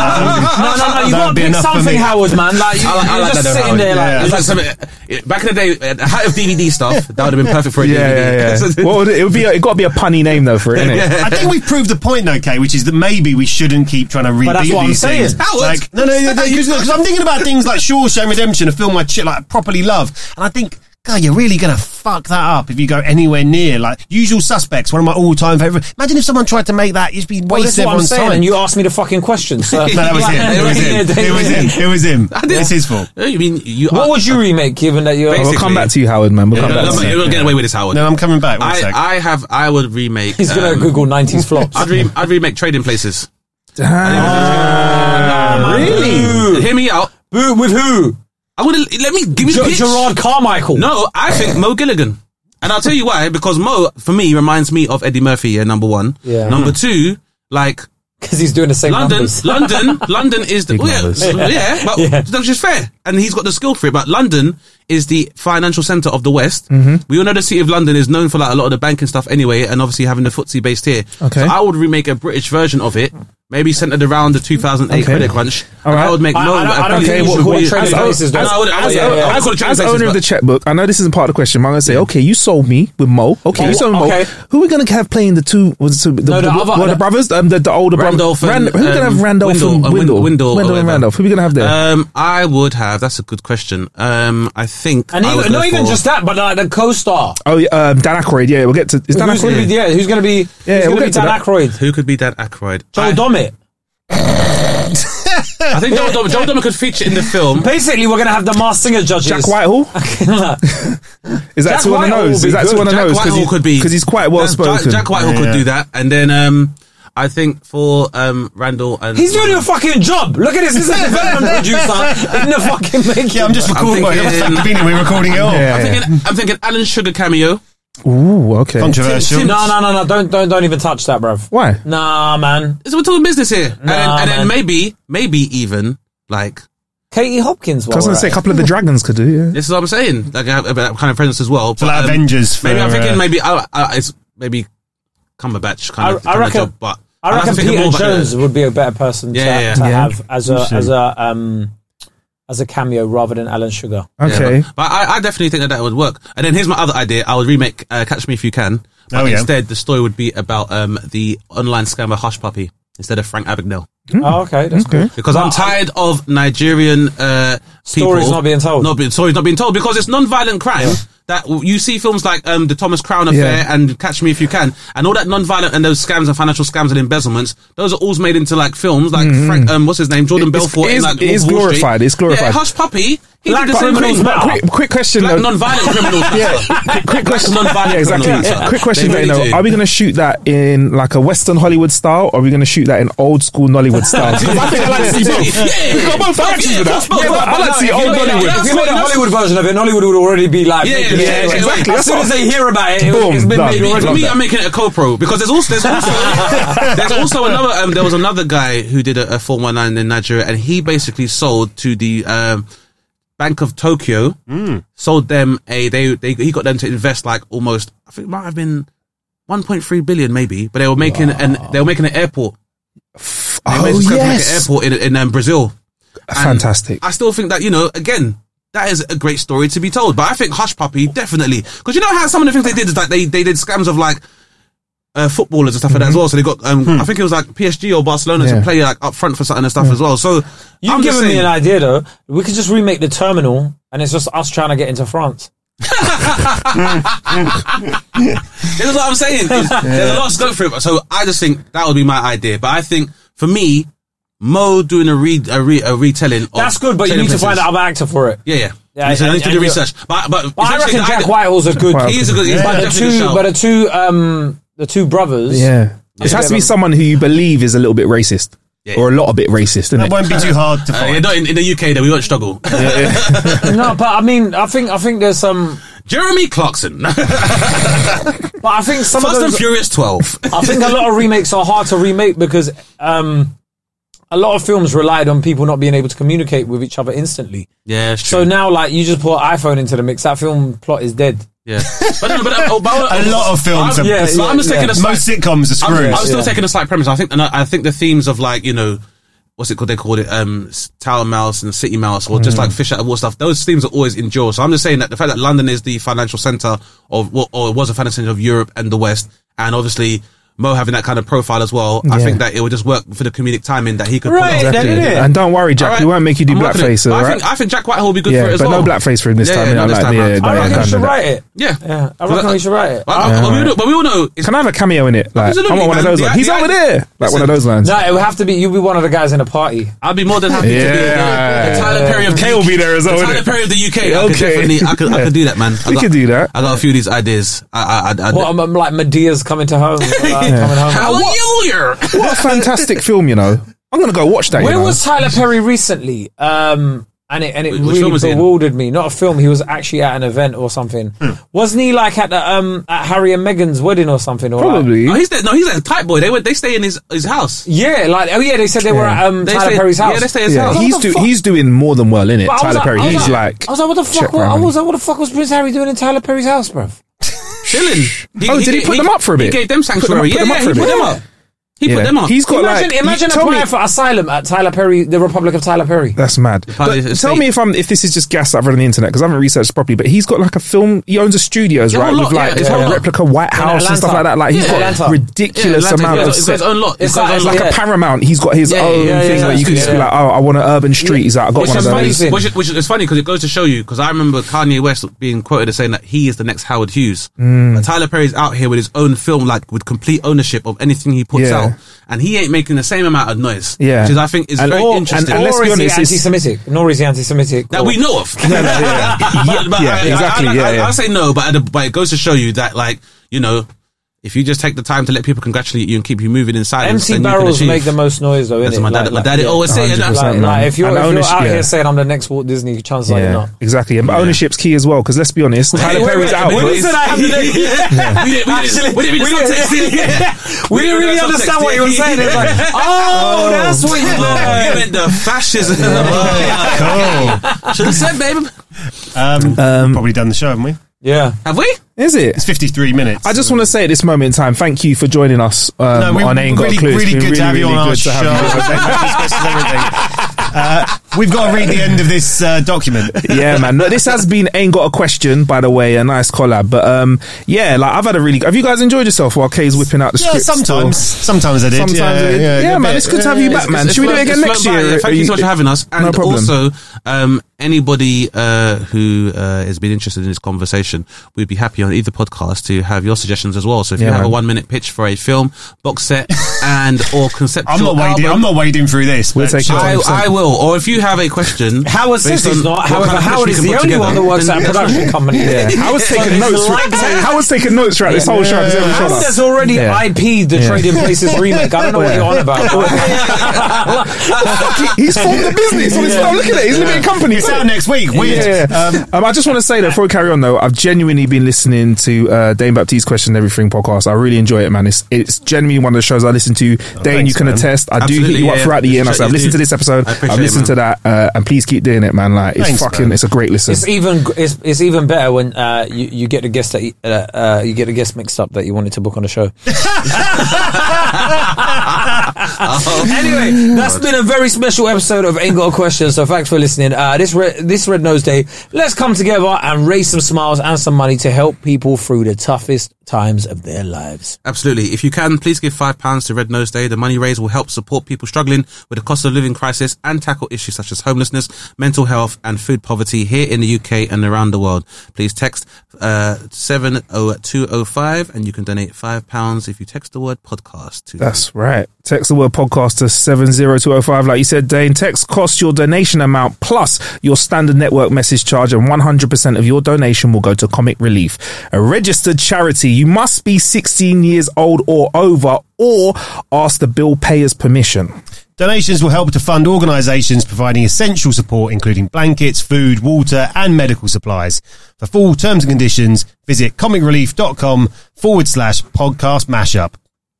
D: no, you gotta pick something, Howard, man. Like you,
B: I like, I
D: you're
B: like
D: just
B: that though,
D: sitting
B: Howard. Yeah.
D: there like.
B: It's like something- it- back in the day, at the height of DVD stuff, that would have been perfect for a
C: Yeah,
B: DVD.
C: yeah, yeah. What would it, it would be? A, it got to be a punny name though for it, innit?
E: I think we've proved the point, though, Kay, which is that maybe we shouldn't keep trying to repeat
D: that's what I'm
E: these
D: saying.
E: things.
B: Howard!
E: Like, no, no, because I'm thinking about things like Shawshank Redemption, a film I ch- like properly love, and I think. God, you're really gonna fuck that up if you go anywhere near like Usual Suspects, one of my all-time favorite. Imagine if someone tried to make that; you'd be
D: Well, this is
E: wasting
D: what I'm
E: everyone's
D: saying,
E: time.
D: and you asked me the fucking question. So.
E: no, that was him. It was him. It was him. It was him. It's his fault.
B: I mean, you
D: What
B: are-
D: would you remake, given that you're?
B: Basically-
C: We'll come back to you, Howard, man. We'll
B: No,
C: come
B: no,
C: back
B: no,
C: to
B: you
C: you.
B: don't get away with this, Howard.
E: No, I'm coming back. One
B: I,
E: sec.
B: I have. I would remake.
D: He's gonna
B: um,
D: Google 90s flops.
B: I'd, re- I'd remake Trading Places.
C: Ah, Uh,
D: Really?
B: Hear me out.
D: Who, with who?
B: I would let me give me the
D: Ger-
B: pitch.
D: Gerard Carmichael.
B: No, I think Mo Gilligan. And I'll tell you why, because Mo, for me, reminds me of Eddie Murphy, yeah, Hmm. number one.
D: Yeah.
B: Number two, like,
D: because he's doing the same
B: London,
D: numbers.
B: London, London is the,
C: Big
B: well,
C: numbers.
B: yeah, yeah, but that's just fair. And he's got the skill for it, but London is the financial center of the West.
C: Mm-hmm.
B: We all know the city of London is known for like a lot of the banking stuff anyway, and obviously having the footsie based here.
C: Okay.
B: So I would remake a British version of it, maybe centered around the 2008
C: Okay.
B: credit crunch.
C: All
B: And
C: right.
B: I would make
D: I-
B: Mo.
D: I don't- I don't think you should call it trading places, though.
B: I would, I would,
D: As-
B: yeah, yeah,
D: as-
B: I would call it trading
C: As
B: places,
C: owner of
B: but-
C: the checkbook, I know this isn't part of the question, but I'm going to say, okay, you sold me with Mo. Okay, you
D: Oh,
C: sold me with
D: okay.
C: Mo. Who are we going to have playing the two? Was it two the,
D: No, the
C: the-
D: other-
C: well, the
D: the-
C: brothers, um, the, the older
B: uh,
C: brother.
B: Randolph and,
C: Rand- who going to
B: um,
C: have Randolph
B: Windle, uh,
C: and
B: Windle,
C: Windle?
B: Windle or
C: and
B: whatever.
C: Randolph. Who are we going to have there?
B: Um, I would have. That's a good question. Um, I think.
D: and
B: I would
D: even,
B: go
D: not even
B: for-
D: just that, but like the co-star.
C: oh, yeah, um, Dan Aykroyd. Yeah, we'll get to. Is Dan
D: who's
C: Aykroyd?
D: gonna be? Yeah, who's gonna be?
C: Yeah, we'll
D: who's gonna be
C: get to
D: Dan
C: that.
D: Aykroyd?
B: Who could be Dan Aykroyd?
D: Joel
B: I-
D: Dommett.
B: I think Joe Dom, Joe Dom could feature in the film.
D: Basically, we're gonna have the Masked Singer judges.
C: Jack Whitehall? Is that
D: Jack
C: too on the
D: Whitehall
C: nose?
D: would be
C: Is that too
D: good.
C: on the
B: Jack
C: nose?
B: Whitehall
C: he-
B: could be
C: he's quite well
B: Jack-
C: spoken.
B: Jack, Whitehall could do that, and then um, I think for um, Randall and
D: He's doing a fucking job. Look at this. This is a development producer in the fucking making.
E: Yeah, I'm just recording.
B: thinking-
E: It was so convenient we're recording it all.
B: I'm thinking, I'm thinking Alan Sugar cameo.
C: Ooh, okay.
E: Controversial.
D: No, no, no, no! Don't, don't, don't even touch that, bruv.
C: Why?
D: Nah, man.
B: So we're talking business here, and, then,
D: Nah,
B: and then
D: man.
B: maybe, maybe even like
D: Katie Hopkins.
C: I was going to say a couple of the dragons could do. Yeah.
B: this is what I'm saying, like uh, that kind of presence as well. um,
E: So like Avengers for,
B: maybe I'm thinking
E: uh,
B: maybe uh, uh, it's maybe Cumberbatch kind of.
D: I,
B: kind
D: I
B: of
D: reckon.
B: job, but I'll
D: I
B: have to
D: reckon
B: think
D: Peter
B: more about
D: Jones
B: it.
D: would be a better person to,
B: Yeah, yeah,
D: to
C: yeah.
D: have as a as a um as a cameo rather than Alan Sugar.
C: Okay.
B: Yeah, but but I, I definitely think that that would work. And then here's my other idea: I would remake uh, Catch Me If You Can. But
E: Oh, yeah.
B: Instead, the story would be about um, the online scammer Hush Puppy instead of Frank Abagnale.
C: Mm-hmm.
D: Oh, okay, that's good.
B: Because I'm tired of Nigerian uh, people
D: Stories not being told.
B: Not being stories not being told because it's non-violent crime. That you see films like um, the Thomas Crown Affair
C: Yeah.
B: and Catch Me If You Can, and all that non-violent and those scams and financial scams and embezzlements. Those are alls made into like films, like Frank, um, what's his name, Jordan
C: It- it's-
B: Belfort.
C: it
B: in,
C: is-
B: like,
C: it is
B: Wolf of Wall
C: glorified,
B: Street.
C: it's glorified.
B: Yeah, Hush Puppy. He
D: Black
B: did the same
D: criminals
B: thing.
D: matter.
C: Quick, quick question
B: Black
C: though.
B: non-violent criminals. matter.
C: Quick question.
B: Non-violent
C: Yeah, exactly.
B: criminals matter.
C: Quick question,
B: They
C: Vano.
B: really do.
C: Are we going to shoot that in like a Western Hollywood style, or are we going to shoot that in old school Nollywood style? 'Cause I think I like to see both.
B: Yeah.
C: We've got both directions with that.
B: Yeah,
C: Yeah, but I like to see
B: if
C: old
B: you made it-
C: Nollywood.
D: If we made a
B: that's-
D: Hollywood version of it, Hollywood would already be like,
B: Yeah,
D: making
B: yeah,
D: it anyway.
B: exactly.
D: As soon as they hear about it, it
C: Boom,
D: it's been
C: done.
D: made
B: Me-
D: already.
B: for me, I'm making it a co-pro because there's also there's also there's also another um, there was another guy who did a, a 419 in Nigeria and he basically sold to the um, Bank of Tokyo
C: Hmm.
B: sold them a they they he got them to invest like almost I think it might have been 1.3 billion maybe but they were making an they were making an airport they were
C: Oh
B: making- trying to make an
C: yes,
B: airport in in um, Brazil And
C: fantastic.
B: I still think that you know again. That is a great story to be told, but I think Hush Puppy definitely because you know how some of the things they did is like they they did scams of like uh, footballers and stuff like that as well. So they got, um, I think it was like PSG or Barcelona
C: Yeah.
B: to play like up front for something and stuff as well. So
D: You've
B: I'm just
D: given me
B: saying-
D: an idea though. We could just remake the terminal, and it's just us trying to get into France.
B: This is what I'm saying. There's, there's a lot of scope for it. So I just think that would be my idea. But I think for me, Mo doing a re a, re, a retelling. Of
D: That's good, but you
B: Trading
D: need to find
B: Places.
D: another actor for it.
B: Yeah, yeah.
D: Yeah,
B: You said I
D: and-
B: need to
D: and
B: do
D: you-
B: research. But but
D: But I
B: essentially
D: reckon
B: the
D: Jack
B: idea-
D: Whitehall's a good.
B: He is a good. He's
D: But the
B: definitely a
D: two,
B: shout.
D: but the two, um, the two brothers.
C: Yeah, it
D: Yeah.
C: has to be someone who you believe is a little bit racist,
B: Yeah.
C: or a lot a bit racist,
E: That
C: isn't it?
E: won't be too hard to
B: Uh, yeah,
E: find.
B: not in, in the UK, though, we won't struggle.
D: No, but I mean, I think, I think there's some.
B: Jeremy Clarkson,
D: But I think some
B: Fast
D: of
B: and
D: those.
B: Furious 12.
D: I think a lot of remakes are hard to remake because um, a lot of films relied on people not being able to communicate with each other instantly.
B: Yeah, it's
D: So now, like, you just put iPhone into the mix, that film plot is dead.
B: yeah. But, no, but, oh, but-
E: A lot of films
B: I'm,
E: are-
B: yeah, but I'm just
D: yeah,
B: taking a slight-
E: Most sitcoms are
B: I'm,
E: screwed.
B: I'm still
D: Yeah.
B: taking a slight premise. I think, and I, I think the themes of like you know, what's it called? They called it um, s- Tower Mouse and City Mouse, or just like fish out of water stuff. Those themes are always endure. So I'm just saying that the fact that London is the financial center of, well, or was a financial center of Europe and the West, and obviously. Mo having that kind of profile as well, I
C: Yeah.
B: think that it would just work for the comedic timing that he could pull
D: Right,
B: off.
D: then,
B: Yeah.
D: innit?
C: And don't worry, Jack.
B: Alright.
C: We won't make you do
B: I'm working it.
C: blackface.
B: But
C: All
B: I,
C: right.
B: think, I think Jack Whitehall will be good
C: Yeah,
B: for it as
C: but
B: well.
C: no blackface for him this
B: Yeah,
C: time,
B: yeah,
C: innit?
B: not
C: I
B: this
C: like
B: time
C: the, uh,
B: round.
C: the-
D: I
C: Yeah,
D: reckon
C: I
D: you should
C: know that.
D: write it.
B: Yeah.
D: Yeah, I reckon we should write it.
B: Well, I- but we know- But we all know it's
C: Can I have a cameo in it? Like, I
B: Absolutely,
C: want one of
B: man.
C: those
B: The-
C: ones. He's
B: the-
C: over there. Like one of those lines.
D: No, it would have to be. You'd be one of the guys in a party.
B: I'd be more than happy to be
C: Yeah.
B: the, the Tyler Perry of the
C: Kay will be there as well,
B: The
C: wouldn't
B: Tyler
C: it?
B: Perry of the UK. I could
C: Okay.
B: definitely, I could, I could do that, man. I
C: We
B: got-
C: could do that.
B: I got a few of these ideas. I, I, I, I
D: What, I'm, I'm like Medea's coming to home. like, coming home.
B: how are you here?
C: What a fantastic film, you know. I'm gonna go watch that. you
D: Where
C: know.
D: was Tyler Perry recently? Um, and it and it
B: Wh- which film
D: really
B: was he in? Hmm.
D: bewildered me. Not a film. He was actually at an event or something. Wasn't he like at the um at Harry and Meghan's wedding or something? Or like-
C: probably?
B: No, he's there. No, he's like a tight boy. They were, they stay in his his house.
D: yeah, like oh yeah, they said they were at um,
B: They
D: Tyler
B: stay,
D: Perry's house.
B: Yeah, they stay at his
C: Yeah,
B: house.
C: he's
D: What the
C: do,
D: fuck?
C: he's doing more than well in it.
D: But I was
C: Tyler
D: like-
C: Perry.
D: I was
C: He's
D: like,
C: like,
D: I was like, what the fuck?
C: Check
D: What, I
C: Brown.
D: was like, what the fuck was Prince Harry doing in Tyler Perry's house, bruv?
B: chilling.
C: Oh, did he put them up for a bit?
B: He gave them
C: Put them up-
B: sanctuary.
C: put them
B: yeah,
C: up
B: yeah,
C: for a
B: he put
C: bit.
B: them up. He
C: Yeah.
B: put them up.
C: He's got
D: imagine
C: like,
D: imagine
C: you- tell
D: applying
C: me-
D: for asylum at Tyler Perry, the Republic of Tyler Perry.
C: That's mad.
B: part
C: But
B: of his
C: tell
B: estate.
C: me if I'm if this is just gas I've read on the internet because I haven't researched properly. But he's got like a film. He owns a studios
B: Yeah, a
C: right
B: lot,
C: with
B: yeah,
C: like
B: it's a lot.
C: replica White
D: In
C: House and stuff like
D: Atlanta.
C: that. Like he's
D: Yeah,
C: got
D: Atlanta.
C: ridiculous
B: Yeah, Atlantic,
C: amount
B: yeah,
C: of
B: It's got
C: set.
B: his own lot. It's
D: It's
B: got his
D: like-
B: own
C: Like
B: lot.
C: a Paramount, he's got his
B: Yeah,
C: own
B: yeah, yeah,
C: thing.
B: yeah,
C: like you could
B: yeah,
C: just be
B: yeah.
C: like, oh, I want an urban street. He's like, I got
D: It's
C: one of those.
D: amazing.
B: Which, is- which is funny because it goes to show you because I remember Kanye West being quoted as saying that he is the next Howard
C: Mm.
B: Hughes. But Tyler Perry's out here with his own film, like with complete ownership of anything he puts
C: Yeah.
B: out, and he ain't making the same amount of noise.
C: Yeah.
B: Which is, I think is
C: And
B: very
C: all- and-
B: interesting.
C: and let's
D: Nor
C: be
D: is
C: honest,
D: he
C: it's-
D: anti-Semitic. Nor is he anti-Semitic.
B: that
D: Or-
B: we know of.
C: yeah.
B: But- but
C: Yeah,
B: I- I-
C: exactly,
B: I, I,
C: yeah,
B: I,
C: yeah.
B: will say no, but, I- but it goes to show you that, like, you know, if you just take the time to let people congratulate you and keep you moving in silence,
D: Empty
B: then you can
D: barrels
B: achieve.
D: make the most noise, though.
B: That's
D: innit?
B: what my dad- my daddy always say, and that's-
C: 100%,
D: Like, like,
C: man.
D: if you're,
C: And
D: if you're
C: ownership-
D: out
C: yeah.
D: here saying I'm the next Walt Disney, chances are you're not.
C: exactly. And ownership's key as well, because let's be honest, Tyler
D: wait,
C: Perry's
D: wait,
C: out.
D: wait,
C: bro.
D: wait, wait.
B: We didn't- we didn't- we didn't read the subtext, did we?
D: We didn't really
B: read the
D: understand
B: subtext,
D: what you were
B: did we?
D: saying. It's like, oh, that's what you
B: Oh, you meant
D: meant.
B: the fascism. Oh, Should have said, babe.
E: Um, probably done the show, haven't we?
D: Yeah.
B: Have we?
C: Is it?
E: It's 53 minutes.
C: I just want to say at this moment in time, thank you for joining us um,
E: No, we-
C: on Ain't
E: really,
C: Got a Clue. It's
E: really
C: been
E: good to have you
C: really
E: on our
C: good
E: show.
C: to have you.
E: Uh, we've got to read the end of this uh, document.
C: yeah, man. No, this has been ain't got a question, by the way. A nice collab, but um, yeah, like I've had a really. Have you guys enjoyed yourself while Kay's whipping out the
E: Yeah,
C: script?
E: sometimes, sometimes I did.
C: Sometimes
E: yeah,
C: I did.
E: yeah,
C: Yeah,
E: a
C: man,
E: bit.
C: it's good to have you
E: Yeah,
C: back,
E: yeah.
C: man.
B: It's
C: Should we do it
B: flown-
C: again
B: it's
C: next
B: flown by.
C: year?
B: Yeah,
C: Are
B: Thank
C: you-
B: you so much for having us.
C: No
B: And
C: problem.
B: also, um, anybody uh, who uh, has been interested in this conversation, we'd be happy on either podcast to have your suggestions as well. So if
C: Yeah,
B: you have a
C: man.
B: one minute pitch for a film, box set, and or conceptual
E: I'm not waiting.
B: album,
E: I'm not wading through this.
C: We'll
E: but
C: take it.
E: sure.
B: I,
C: 100%.
B: I will. Or if you have a question,
D: Howard says
B: based
D: he's
B: on
D: not.
B: what
D: However,
B: kind of
D: Howard is
B: picture you
D: the
B: can
D: only
B: put together,
D: one that works at
B: then-
D: a production company.
C: Yeah, Howard's taking notes. For, Howard's taking notes throughout this whole show. 'cause every shot
D: Howard
C: up.
D: has already
C: Yeah.
D: IP'd the
C: Yeah.
D: Trading Places remake. I don't know what you're on about. bro.
C: He's formed a business. On his, I'm looking at it. He's living in company.
E: It's out next week. Weird.
C: Yeah.
E: Um,
C: Um, I just want to say that before we carry on, though, I've genuinely been listening to uh, Dane Baptiste's Question Everything podcast. I really enjoy it, man. It's it's genuinely one of the shows I listen to. Dane,
E: thanks,
C: you can
E: man.
C: attest. I do hit
B: Oh, Absolutely,
C: you up
B: yeah,
C: throughout the
B: yeah.
C: year, and I
B: Appreciate
C: have
B: you,
C: listened to
B: dude.
C: this episode.
B: I appreciate
C: I've
B: it,
C: listened to that, uh, and please keep doing it, man. Like it's
E: Thanks,
C: fucking,
E: man.
C: it's a great listen.
D: It's even it's, it's even better when uh, you you get a guest that you, uh, uh, you get a guest mixed up that you wanted to book on the show.
B: Oh.
D: anyway, that's been a very special episode of Ain't Got a Question. So thanks for listening. Uh, this re- this Red Nose Day, let's come together and raise some smiles and some money to help people through the toughest times of their lives.
B: Absolutely. If you can, please give five pounds to Red Nose Day. The money raised will help support people struggling with the cost of living crisis and tackle issues such as homelessness, mental health, and food poverty here in the UK and around the world. Please text uh, seven zero two zero five, and you can donate five pounds if you text the word podcast to.
C: That's right. Text the word podcast to 70205. Like you said, Dane, text costs your donation amount plus your standard network message charge, and 100% of your donation will go to Comic Relief, a registered charity. You must be 16 years old or over, or ask the bill payer's permission.
E: Donations will help to fund organisations providing essential support, including blankets, food, water, and medical supplies. For full terms and conditions, visit comicrelief.com forward slash podcast mashup.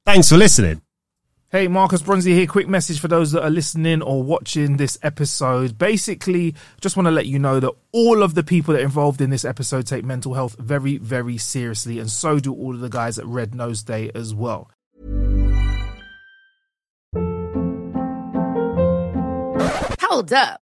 E: Thanks for listening.
C: Hey, Marcus Bronzy here. Quick message for those that are listening or watching this episode. Basically, just want to let you know that all of the people that are involved in this episode take mental health very, very seriously, and so do all of the guys at Red Nose Day as well.
F: Hold up.